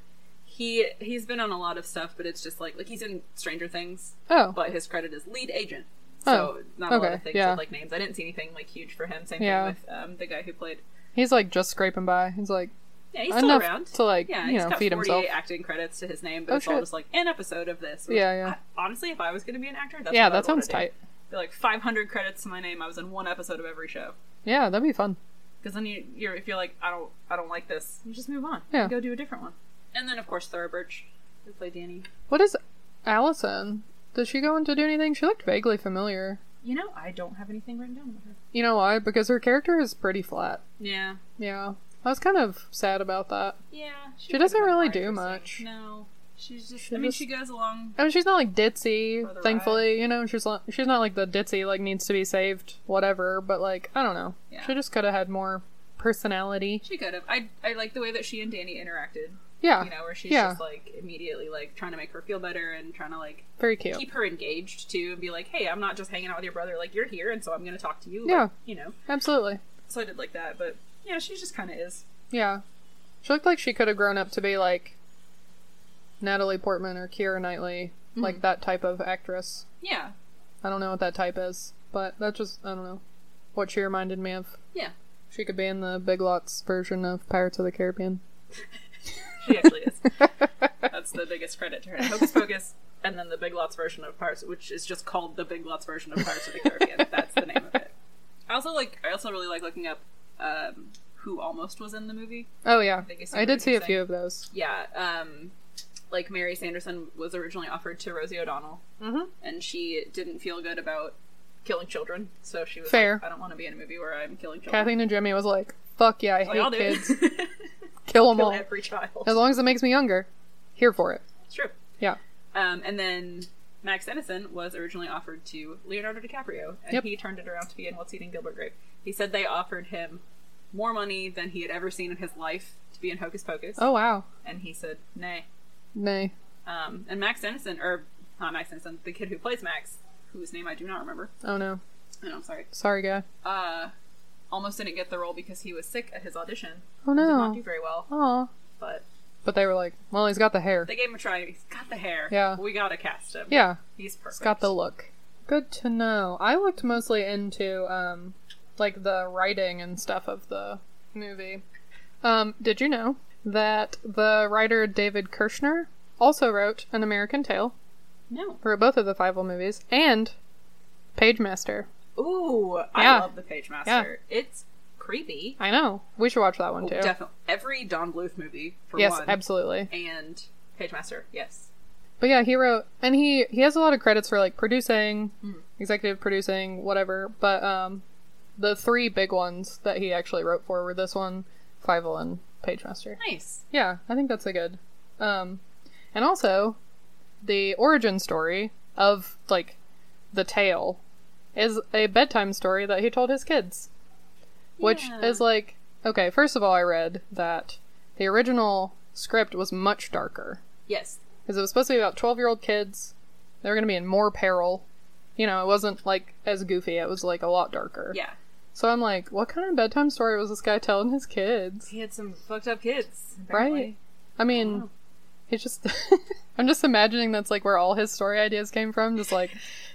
Speaker 1: He he's been on a lot of stuff, but it's just like like he's in Stranger Things,
Speaker 2: Oh,
Speaker 1: but his credit is lead agent. So
Speaker 2: Oh,
Speaker 1: not a lot
Speaker 2: okay,
Speaker 1: of things
Speaker 2: yeah.
Speaker 1: with like names. I didn't see anything like huge for him. Same
Speaker 2: Yeah.
Speaker 1: thing with um, the guy who played.
Speaker 2: he's like just scraping by. He's like,
Speaker 1: Yeah, he's still
Speaker 2: Enough
Speaker 1: around
Speaker 2: to, like,
Speaker 1: yeah,
Speaker 2: you
Speaker 1: he's
Speaker 2: know,
Speaker 1: got
Speaker 2: feed
Speaker 1: 48
Speaker 2: himself.
Speaker 1: acting credits to his name, but
Speaker 2: Oh,
Speaker 1: it's all
Speaker 2: shit.
Speaker 1: just like an episode of this. which
Speaker 2: Yeah, yeah.
Speaker 1: I- honestly, if I was going to be an actor, that's
Speaker 2: yeah,
Speaker 1: what I
Speaker 2: that
Speaker 1: wanna
Speaker 2: sounds
Speaker 1: do.
Speaker 2: tight.
Speaker 1: Be like 500 credits to my name. I was in one episode of every show.
Speaker 2: Yeah, that'd be fun.
Speaker 1: Because then you, you're if you're like I don't I don't like this, you just move on.
Speaker 2: Yeah.
Speaker 1: go do a different one. And then of course Thora Birch, who played Danny.
Speaker 2: What is Allison? Does she go in to do anything? She looked vaguely familiar.
Speaker 1: You know, I don't have anything written down about her.
Speaker 2: You know why? Because her character is pretty flat.
Speaker 1: Yeah.
Speaker 2: Yeah. I was kind of sad about that.
Speaker 1: Yeah.
Speaker 2: She doesn't
Speaker 1: could've been
Speaker 2: really
Speaker 1: more
Speaker 2: do
Speaker 1: interesting.
Speaker 2: much.
Speaker 1: No. She's just, I mean,
Speaker 2: just-
Speaker 1: she goes along.
Speaker 2: I mean, she's not like
Speaker 1: For the
Speaker 2: ditzy,
Speaker 1: ride.
Speaker 2: thankfully. You know, she's not, she's not like the ditzy like needs to be saved, whatever. But like, I don't know.
Speaker 1: Yeah.
Speaker 2: She just could have had more personality.
Speaker 1: She could have. I, I like the way that she and Danny interacted.
Speaker 2: Yeah,
Speaker 1: You know, where she's
Speaker 2: yeah,
Speaker 1: just like immediately like trying to make her feel better and trying to like
Speaker 2: very cute.
Speaker 1: keep her engaged too and be like, hey, I'm not just hanging out with your brother. Like, you're here and so I'm going to talk to you. like,
Speaker 2: Yeah.
Speaker 1: you know,
Speaker 2: Absolutely.
Speaker 1: so I did like that. But yeah, she just kind of is.
Speaker 2: Yeah, she looked like she could have grown up to be like Natalie Portman or Keira Knightley,
Speaker 1: Mm-hmm.
Speaker 2: like that type of actress.
Speaker 1: Yeah.
Speaker 2: I don't know what that type is, but that's just I don't know what she reminded me of.
Speaker 1: Yeah.
Speaker 2: She could be in the Big Lots version of Pirates of the Caribbean.
Speaker 1: She actually is. That's the biggest credit to her. Hocus Pocus, and then the Big Lots version of Pirates, which is just called the Big Lots version of Pirates of the Caribbean. That's the name of it. I also like. I also really like looking up um, who almost was in the movie.
Speaker 2: Oh yeah,
Speaker 1: think it's
Speaker 2: I did
Speaker 1: super
Speaker 2: see a
Speaker 1: interesting.
Speaker 2: few of those.
Speaker 1: Yeah, um, like Mary Sanderson was originally offered to Rosie O'Donnell, mm-hmm. and she didn't feel good about killing children, so she was
Speaker 2: Fair.
Speaker 1: Like, I don't want to be in a movie where I'm killing children.
Speaker 2: Kathy and Jimmy was like, "Fuck yeah, I
Speaker 1: like, I'll
Speaker 2: hate
Speaker 1: Oh, do
Speaker 2: kids.
Speaker 1: it.
Speaker 2: Kill them
Speaker 1: Kill
Speaker 2: all.
Speaker 1: every child.
Speaker 2: As long as it makes me younger, here for it."
Speaker 1: It's true.
Speaker 2: Yeah,
Speaker 1: Um, and then Max Edison was originally offered to Leonardo DiCaprio, and
Speaker 2: Yep.
Speaker 1: he turned it around to be in What's Eating Gilbert Grape. He said they offered him more money than he had ever seen in his life to be in Hocus Pocus,
Speaker 2: Oh wow.
Speaker 1: and he said nay.
Speaker 2: Nay.
Speaker 1: Um, and Max Edison, or not Max Edison, the kid who plays Max, whose name I do not remember,
Speaker 2: Oh no.
Speaker 1: and I'm sorry,
Speaker 2: Sorry, guy.
Speaker 1: uh, almost didn't get the role because he was sick at his audition.
Speaker 2: Oh
Speaker 1: Did not do
Speaker 2: no.
Speaker 1: very well,
Speaker 2: Aw.
Speaker 1: but
Speaker 2: But they were like, "Well, he's got the hair.
Speaker 1: they gave him a try. He's got the hair.
Speaker 2: Yeah.
Speaker 1: we gotta cast him.
Speaker 2: Yeah,
Speaker 1: he's perfect.
Speaker 2: it's got the look." Good to know. I looked mostly into um, like the writing and stuff of the movie. Um, did you know that the writer David Kirshner also wrote An American Tale,
Speaker 1: no.
Speaker 2: wrote both of the Fievel movies, and Pagemaster.
Speaker 1: Ooh, I
Speaker 2: Yeah.
Speaker 1: love the Page Master. It's creepy.
Speaker 2: I know. We should watch that one too.
Speaker 1: Oh, Definitely every Don Bluth movie for
Speaker 2: yes,
Speaker 1: one.
Speaker 2: absolutely.
Speaker 1: And Page Master, yes.
Speaker 2: But yeah, he wrote, and he he has a lot of credits for like producing,
Speaker 1: Hmm.
Speaker 2: executive producing, whatever. But um, the three big ones that he actually wrote for were this one, Fievel, and Pagemaster.
Speaker 1: Nice.
Speaker 2: Yeah, I think that's a good. Um, and also, the origin story of like the tale is a bedtime story that he told his kids, which is like okay. First of all, I read that the original script was much darker
Speaker 1: Yes.
Speaker 2: because it was supposed to be about 12 year old kids. They were going to be in more peril. You know, it wasn't like as goofy, it was like a lot darker.
Speaker 1: Yeah.
Speaker 2: So I'm like, what kind of bedtime story was this guy telling his kids?
Speaker 1: He had some fucked up kids.
Speaker 2: Right? I mean, he's just. I'm just imagining that's like where all his story ideas came from, just like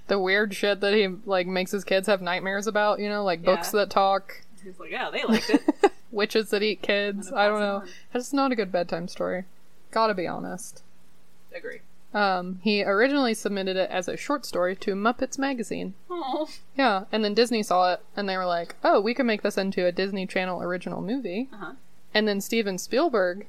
Speaker 2: the weird shit that he like makes his kids have nightmares about. You know, like books
Speaker 1: Yeah.
Speaker 2: that talk,
Speaker 1: He's like, yeah, they liked it.
Speaker 2: witches that eat kids.
Speaker 1: gonna
Speaker 2: I don't
Speaker 1: pass it
Speaker 2: know.
Speaker 1: on.
Speaker 2: That's not a good bedtime story. Gotta be honest.
Speaker 1: Agree.
Speaker 2: Um, he originally submitted it as a short story to Muppets magazine.
Speaker 1: Oh,
Speaker 2: Yeah, and then Disney saw it and they were like, "Oh, we can make this into a Disney Channel original movie."
Speaker 1: Uh-huh.
Speaker 2: And then Steven Spielberg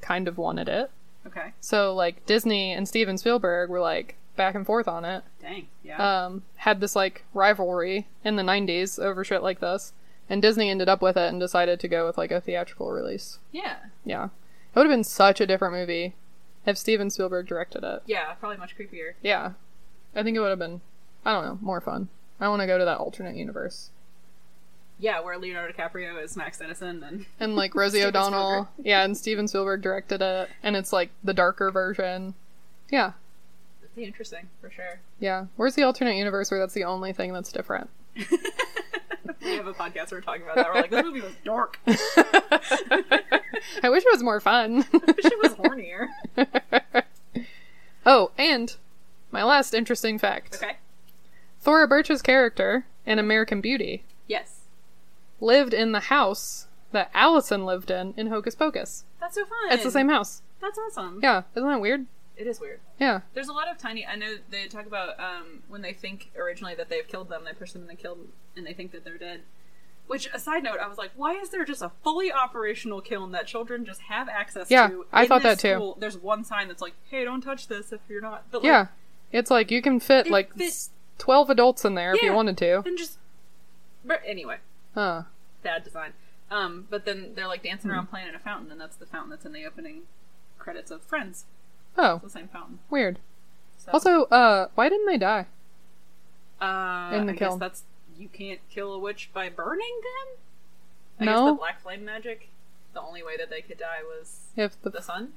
Speaker 2: kind of wanted it.
Speaker 1: okay.
Speaker 2: So like Disney and Steven Spielberg were like back and forth on it.
Speaker 1: Dang. Yeah.
Speaker 2: Um, had this like rivalry in the 90s over shit like this. And Disney ended up with it and decided to go with like a theatrical release.
Speaker 1: yeah.
Speaker 2: Yeah. It would have been such a different movie if Steven Spielberg directed it.
Speaker 1: Yeah. Probably much creepier.
Speaker 2: Yeah. I think it would have been, I don't know, more fun. I want to go to that alternate universe.
Speaker 1: Yeah, where Leonardo DiCaprio is Max Dennison and
Speaker 2: And like Rosie
Speaker 1: Steven
Speaker 2: O'Donnell. Yeah, and Steven Spielberg directed it. And it's like the darker version. Yeah.
Speaker 1: it'd be interesting for sure.
Speaker 2: Yeah. Where's the alternate universe where that's the only thing that's different?
Speaker 1: We have a podcast where we're talking about that. We're like, this movie was dark.
Speaker 2: I wish it was more fun.
Speaker 1: She was hornier.
Speaker 2: oh, and my last interesting fact
Speaker 1: Okay.
Speaker 2: Thora Birch's character in American Beauty
Speaker 1: Yes.
Speaker 2: lived in the house that Allison lived in in Hocus Pocus.
Speaker 1: That's so fun.
Speaker 2: It's the same house.
Speaker 1: That's awesome.
Speaker 2: Yeah. Isn't that weird?
Speaker 1: It is weird.
Speaker 2: Yeah.
Speaker 1: There's a lot of tiny. I know they talk about um, when they think originally that they've killed them, they push them and they kill them, and they think that they're dead. Which, a side note, I was like, why is there just a fully operational kiln that children just have access
Speaker 2: Yeah,
Speaker 1: to?
Speaker 2: I
Speaker 1: in
Speaker 2: thought
Speaker 1: this
Speaker 2: that too.
Speaker 1: school? There's one sign that's like, hey, don't touch this if you're not. But like,
Speaker 2: Yeah. It's like you can fit
Speaker 1: They
Speaker 2: like
Speaker 1: fit-
Speaker 2: s- 12 adults in there if you
Speaker 1: Yeah.
Speaker 2: wanted to.
Speaker 1: Then just. But anyway,
Speaker 2: Huh.
Speaker 1: bad design. Um, but then they're like
Speaker 2: Hmm.
Speaker 1: dancing around playing in a fountain, and that's the fountain that's in the opening credits of Friends.
Speaker 2: Oh,
Speaker 1: It's the same fountain.
Speaker 2: weird.
Speaker 1: So,
Speaker 2: Also, uh, why didn't they die?
Speaker 1: uh,
Speaker 2: in the
Speaker 1: I
Speaker 2: kiln.
Speaker 1: guess that's you can't kill a witch by burning them. I guess the
Speaker 2: No?
Speaker 1: black flame magic. The only way that they could die was
Speaker 2: If the
Speaker 1: the sun.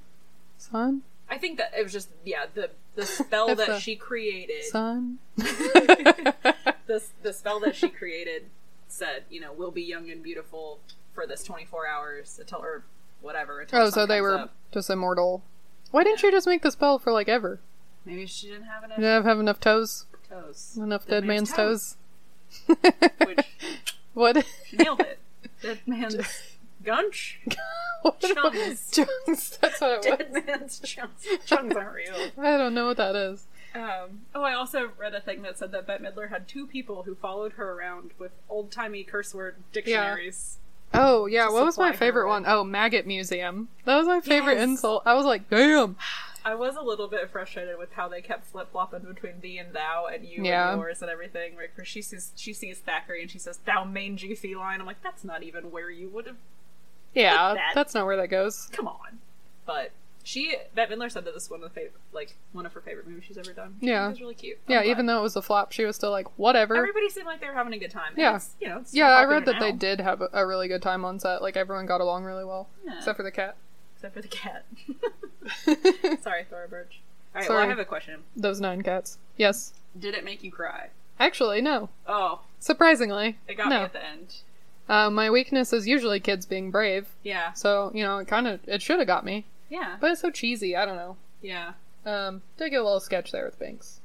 Speaker 2: sun,
Speaker 1: I think that it was just yeah the the spell
Speaker 2: If
Speaker 1: that
Speaker 2: the
Speaker 1: she created
Speaker 2: sun.
Speaker 1: the the spell that she created said you know we'll be young and beautiful for this twenty four hours until or whatever. Until
Speaker 2: Oh,
Speaker 1: the sun
Speaker 2: so they
Speaker 1: comes
Speaker 2: were
Speaker 1: up.
Speaker 2: just immortal. Why didn't you just make the spell for like ever?
Speaker 1: maybe she didn't have enough
Speaker 2: You didn't have enough toes,
Speaker 1: toes.
Speaker 2: enough dead, man's, toes.
Speaker 1: which
Speaker 2: What?
Speaker 1: she nailed it. Dead man's gunch.
Speaker 2: what
Speaker 1: Chunks.
Speaker 2: Chunks. That's what it was.
Speaker 1: Dead man's chunks. Chunks aren't real.
Speaker 2: I don't know what that is.
Speaker 1: Um, oh, I also read a thing that said that Bette Midler had two people who followed her around with old timey curse word dictionaries.
Speaker 2: Oh yeah, what was my
Speaker 1: supply
Speaker 2: favorite
Speaker 1: her
Speaker 2: one?
Speaker 1: with-
Speaker 2: Oh, maggot museum. That was my favorite
Speaker 1: Yes.
Speaker 2: insult. I was like, damn.
Speaker 1: I was a little bit frustrated with how they kept flip flopping between thee and thou and you
Speaker 2: Yeah.
Speaker 1: and yours and everything. Like, where she sees she sees Thackeray and she says "thou mangy feline." I'm like, that's not even where you would have.
Speaker 2: Yeah,
Speaker 1: that.
Speaker 2: that's not where that goes.
Speaker 1: Come on, but she Bette Midler said that this is one of the fav- like one of her favorite movies she's ever done. She
Speaker 2: Yeah.
Speaker 1: it was really cute.
Speaker 2: Yeah, even though it was a flop, she was still like, whatever.
Speaker 1: everybody seemed like they were having a good time. and
Speaker 2: Yeah.
Speaker 1: it's, you know. it's
Speaker 2: yeah, I
Speaker 1: popular
Speaker 2: read that they
Speaker 1: now,
Speaker 2: did have a- a really good time on set. Like everyone got along really well,
Speaker 1: Yeah.
Speaker 2: except for the cat.
Speaker 1: except for the cat. Sorry, Thora Birch. All right, well,
Speaker 2: Sorry.
Speaker 1: I have a question.
Speaker 2: Those nine cats. Yes,
Speaker 1: Did it make you cry?
Speaker 2: actually, no.
Speaker 1: Oh,
Speaker 2: Surprisingly,
Speaker 1: it got
Speaker 2: no.
Speaker 1: me at the end.
Speaker 2: Uh, my weakness is usually kids being brave,
Speaker 1: Yeah,
Speaker 2: so you know, it kind of it should have got me,
Speaker 1: yeah,
Speaker 2: but it's so cheesy. I don't know.
Speaker 1: yeah.
Speaker 2: Um, did get a little sketch there with Binks.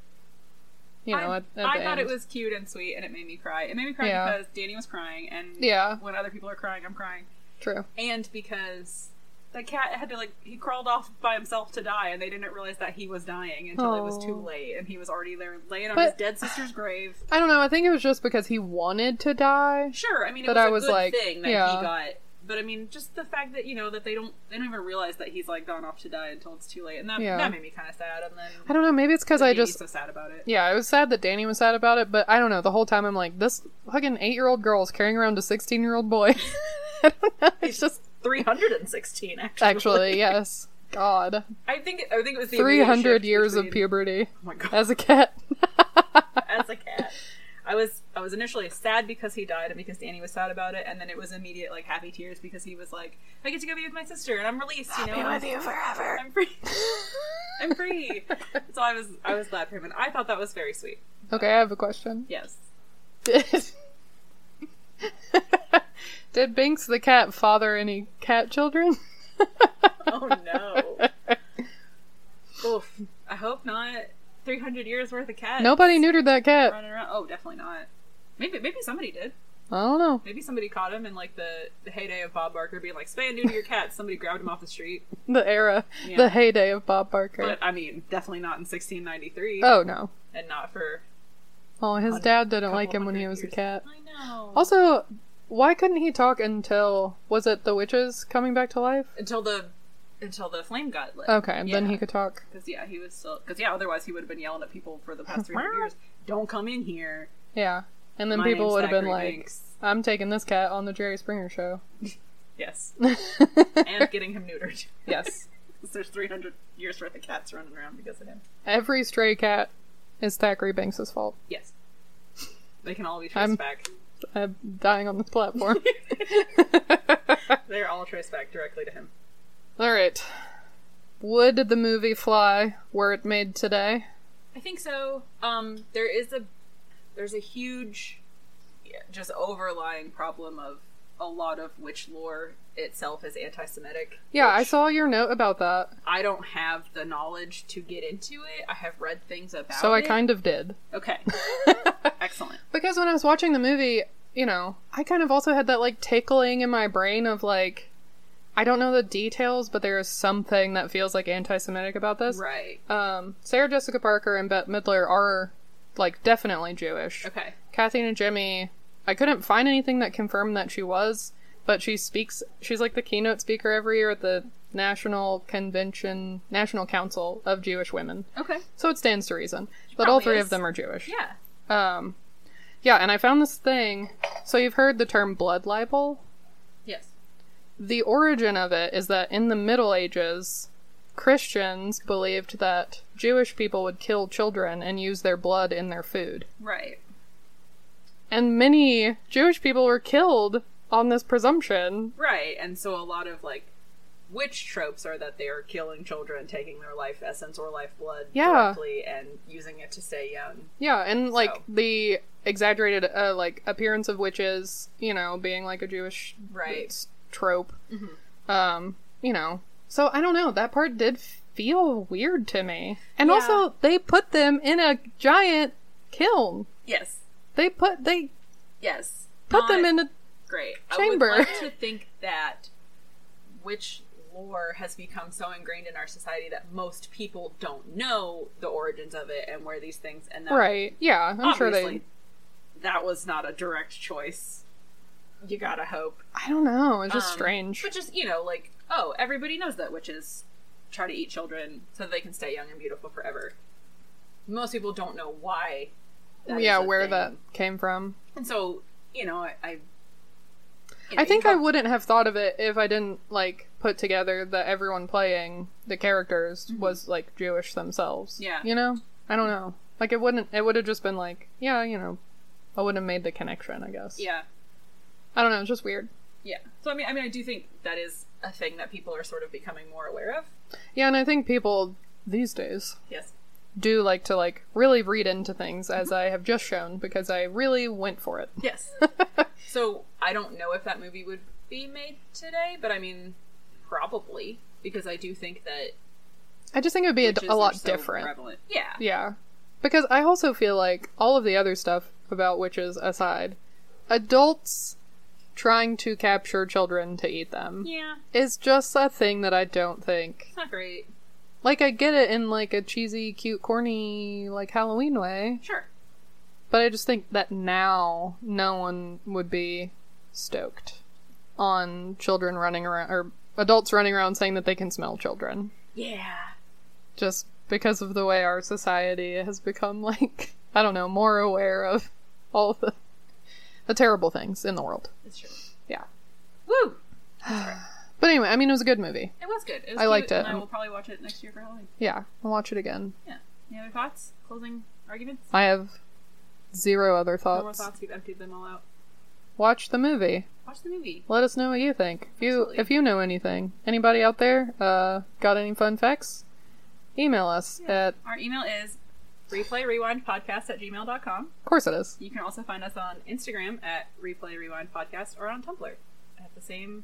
Speaker 2: You know,
Speaker 1: I,
Speaker 2: at, at
Speaker 1: I
Speaker 2: the
Speaker 1: thought
Speaker 2: end.
Speaker 1: it was cute and sweet, and it made me cry. It made me cry
Speaker 2: Yeah.
Speaker 1: because Danny was crying, and
Speaker 2: Yeah.
Speaker 1: when other people are crying, I'm crying,
Speaker 2: true.
Speaker 1: and because the cat had to like he crawled off by himself to die, and they didn't realize that he was dying until it was too
Speaker 2: Aw.
Speaker 1: late, and he was already there laying on
Speaker 2: Oh. But-
Speaker 1: his dead sister's grave.
Speaker 2: I don't know. I think it was just because he wanted to die.
Speaker 1: Sure, I mean it
Speaker 2: But
Speaker 1: was a
Speaker 2: I was
Speaker 1: good
Speaker 2: like,
Speaker 1: thing that
Speaker 2: yeah.
Speaker 1: he got. But I mean, just the fact that you know that they don't they don't even realize that he's like gone off to die until it's too late, and that
Speaker 2: Yeah.
Speaker 1: that made me kind of sad. And then
Speaker 2: I don't know. Maybe it's because I
Speaker 1: made me
Speaker 2: just
Speaker 1: so sad about it.
Speaker 2: Yeah, it was sad that Danny was sad about it, but I don't know. The whole time I'm like, this fucking eight year old girl is carrying around a 16 year old boy. I don't know. It's just
Speaker 1: Three hundred and sixteen, actually.
Speaker 2: actually, yes. God.
Speaker 1: I think I think it was the immediate
Speaker 2: 300
Speaker 1: shift
Speaker 2: years of
Speaker 1: between-
Speaker 2: puberty
Speaker 1: Oh my god,
Speaker 2: as a cat.
Speaker 1: as a cat. I was I was initially sad because he died and because Danny was sad about it, and then it was immediate like happy tears because he was like, I get to go be with my sister and I'm released, you know. and I'm- I'm free. I'm free. so I was I was glad for him, and I thought that was very sweet.
Speaker 2: Okay, I have a question.
Speaker 1: Yes.
Speaker 2: Did, Did Binks the cat father any cat children?
Speaker 1: Oh no. Oof. I hope not. 300 years worth of cats.
Speaker 2: Nobody neutered that cat.
Speaker 1: Running around. Oh, definitely not. Maybe maybe somebody did.
Speaker 2: I don't know.
Speaker 1: Maybe somebody caught him in like the, the heyday of Bob Barker being like, "Spay and neuter your cat." Somebody grabbed him off the street.
Speaker 2: The era, the heyday of Bob Barker.
Speaker 1: But I mean, definitely not in 1693,
Speaker 2: oh no.
Speaker 1: and not for.
Speaker 2: Oh, his dad didn't like him when he
Speaker 1: hundred
Speaker 2: was a
Speaker 1: years.
Speaker 2: cat.
Speaker 1: I know.
Speaker 2: Also, why couldn't he talk until was it the witches coming back to life?
Speaker 1: Until the until the flame got lit.
Speaker 2: Okay, then
Speaker 1: Yeah.
Speaker 2: he could talk.
Speaker 1: Because yeah, he was still. Because yeah, otherwise he would have been yelling at people for the past 300 years. Don't come in here.
Speaker 2: Yeah, and then
Speaker 1: My
Speaker 2: people
Speaker 1: name's
Speaker 2: would have been
Speaker 1: Zachary
Speaker 2: like,
Speaker 1: Binks.
Speaker 2: "I'm taking this cat on the Jerry Springer show."
Speaker 1: Yes. and getting him neutered.
Speaker 2: Yes,
Speaker 1: 'Cause there's 300 years worth of cats running around because of him.
Speaker 2: every stray cat is Thackeray Banks's fault.
Speaker 1: Yes. They can all be traced
Speaker 2: I'm-
Speaker 1: back.
Speaker 2: I'm dying on this platform.
Speaker 1: They're all traced back directly to him.
Speaker 2: All right, would the movie fly were it made today?
Speaker 1: I think so. Um, there is a there's a huge, yeah, just overlying problem of a lot of witch lore itself is anti-Semitic.
Speaker 2: Yeah, I
Speaker 1: which
Speaker 2: saw your note about that,
Speaker 1: I don't have the knowledge to get into it. I have read things about.
Speaker 2: so I
Speaker 1: it.
Speaker 2: kind of did.
Speaker 1: okay. Excellent.
Speaker 2: Because when I was watching the movie, you know, I kind of also had that like tickling in my brain of like, I don't know the details, but there is something that feels like anti-Semitic about this.
Speaker 1: Right.
Speaker 2: Um, Sarah Jessica Parker and Bette Midler are like definitely Jewish.
Speaker 1: Okay.
Speaker 2: Kathleen and Jimmy, I couldn't find anything that confirmed that she was, but she speaks. She's like the keynote speaker every year at the National Convention, National Council of Jewish Women.
Speaker 1: Okay.
Speaker 2: So it stands to reason that all
Speaker 1: Oh. probably
Speaker 2: three
Speaker 1: is.
Speaker 2: of them are Jewish.
Speaker 1: Yeah.
Speaker 2: Um, yeah, and I found this thing. So you've heard the term blood libel.
Speaker 1: Yes.
Speaker 2: The origin of it is that in the Middle Ages, Christians believed that Jewish people would kill children and use their blood in their food.
Speaker 1: Right.
Speaker 2: And many Jewish people were killed on this presumption.
Speaker 1: Right. And so a lot of like witch tropes are that they are killing children, taking their life essence or life blood
Speaker 2: Yeah.
Speaker 1: directly and using it to stay young.
Speaker 2: Yeah, and like
Speaker 1: So-
Speaker 2: the exaggerated uh, like appearance of witches, you know, being like a Jewish
Speaker 1: Right. Mm-hmm.
Speaker 2: s- trope. Um, you know. So I don't know, that part did feel weird to me. And also they put them in a giant kiln.
Speaker 1: Yes.
Speaker 2: They put they
Speaker 1: Yes.
Speaker 2: put them
Speaker 1: Not
Speaker 2: in a
Speaker 1: great.
Speaker 2: chamber.
Speaker 1: I would like to think that witch lore has become so ingrained in our society that most people don't know the origins of it and where these things and that
Speaker 2: Right. Yeah, I'm sure
Speaker 1: obviously
Speaker 2: they
Speaker 1: that was not a direct choice. You gotta hope.
Speaker 2: I don't know, it's just
Speaker 1: Um,
Speaker 2: strange.
Speaker 1: But just, you know, like, oh, everybody knows that witches try to eat children so they can stay young and beautiful forever. Most people don't know why. that is
Speaker 2: Yeah,
Speaker 1: a
Speaker 2: where
Speaker 1: thing.
Speaker 2: that came from.
Speaker 1: And so, you know, I. I, you know,
Speaker 2: I
Speaker 1: you
Speaker 2: think I
Speaker 1: have-
Speaker 2: wouldn't have thought of it if I didn't like put together that everyone playing the characters was like Jewish themselves.
Speaker 1: Mm-hmm. Yeah.
Speaker 2: You know? I don't know. Like it wouldn't it would have just been like, yeah, you know, I wouldn't have made the connection, I guess.
Speaker 1: Yeah.
Speaker 2: I don't know, it's just weird.
Speaker 1: Yeah. So I mean, I mean, I do think that is a thing that people are sort of becoming more aware of.
Speaker 2: Yeah, and I think people these days
Speaker 1: Yes.
Speaker 2: do like to like really read into things
Speaker 1: Mm-hmm.
Speaker 2: as I have just shown because I really went for it.
Speaker 1: Yes. so I don't know if that movie would be made today, but I mean, probably because I do think that
Speaker 2: I just think it would be a,
Speaker 1: witches
Speaker 2: a
Speaker 1: are
Speaker 2: lot
Speaker 1: so
Speaker 2: different.
Speaker 1: Prevalent. Yeah.
Speaker 2: Yeah. Because I also feel like all of the other stuff about witches aside, adults trying to capture children to eat them
Speaker 1: Yeah.
Speaker 2: is just a thing that I don't think.
Speaker 1: It's not great.
Speaker 2: Like I get it in like a cheesy, cute, corny, like Halloween way,
Speaker 1: Sure.
Speaker 2: but I just think that now no one would be stoked on children running around or adults running around saying that they can smell children
Speaker 1: Yeah.
Speaker 2: just because of the way our society has become like I don't know, more aware of all the the terrible things in the world.
Speaker 1: It's true.
Speaker 2: Yeah.
Speaker 1: Woo!
Speaker 2: But anyway, I mean it was a good movie.
Speaker 1: It was good. It was
Speaker 2: I
Speaker 1: cute,
Speaker 2: liked
Speaker 1: And
Speaker 2: it.
Speaker 1: I will probably watch it next year for Halloween.
Speaker 2: Yeah, I'll watch it again.
Speaker 1: Yeah. Any other thoughts? Closing arguments?
Speaker 2: I have zero other
Speaker 1: No more
Speaker 2: thoughts.
Speaker 1: thoughts. You've emptied them all out.
Speaker 2: Watch the movie.
Speaker 1: Watch the movie.
Speaker 2: Let us know what you think. If you
Speaker 1: Absolutely.
Speaker 2: if you know anything. Anybody out there uh got any fun facts? Email us at
Speaker 1: Our email is replayrewindpodcast at gmail.com.
Speaker 2: of course it is.
Speaker 1: You can also find us on Instagram at Replay Rewind Podcast or on Tumblr at the same.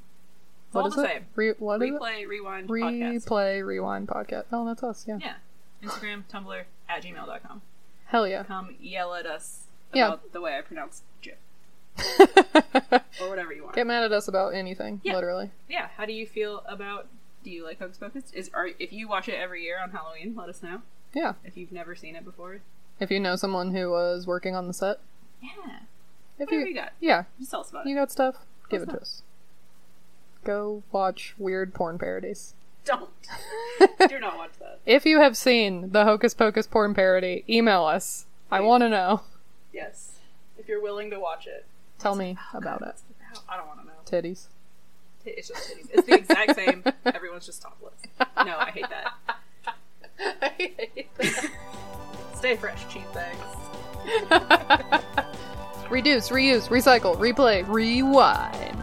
Speaker 1: It's
Speaker 2: What
Speaker 1: all
Speaker 2: is
Speaker 1: the
Speaker 2: it?
Speaker 1: same.
Speaker 2: Re- what is it?
Speaker 1: Replay, rewind, podcast.
Speaker 2: Replay, rewind, podcast. Oh, that's us. Yeah.
Speaker 1: Yeah. Instagram, Tumblr, at gmail.com.
Speaker 2: Hell yeah.
Speaker 1: Come yell at us
Speaker 2: Yeah.
Speaker 1: about the way I pronounce GIF. or whatever you want.
Speaker 2: Get mad at us about anything,
Speaker 1: Yeah.
Speaker 2: literally.
Speaker 1: yeah, how do you feel about? Do you like Hocus Pocus? Is are if you watch it every year on Halloween, let us know.
Speaker 2: Yeah.
Speaker 1: If you've never seen it before,
Speaker 2: If you know someone who was working on the set,
Speaker 1: yeah,
Speaker 2: if
Speaker 1: Whatever you got.
Speaker 2: yeah,
Speaker 1: just tell us about
Speaker 2: you
Speaker 1: it.
Speaker 2: got stuff, give it to us. Go watch weird porn parodies.
Speaker 1: Don't do not watch that.
Speaker 2: If you have seen the Hocus Pocus porn parody, email us. I want to know.
Speaker 1: Yes, if you're willing to watch it.
Speaker 2: Tell me about it.
Speaker 1: How- I don't want to know.
Speaker 2: Titties.
Speaker 1: T- It's just titties. It's the exact same. Everyone's just topless. No, I hate that. Stay fresh, cheap bags.
Speaker 2: Reduce, reuse, recycle, replay, rewind.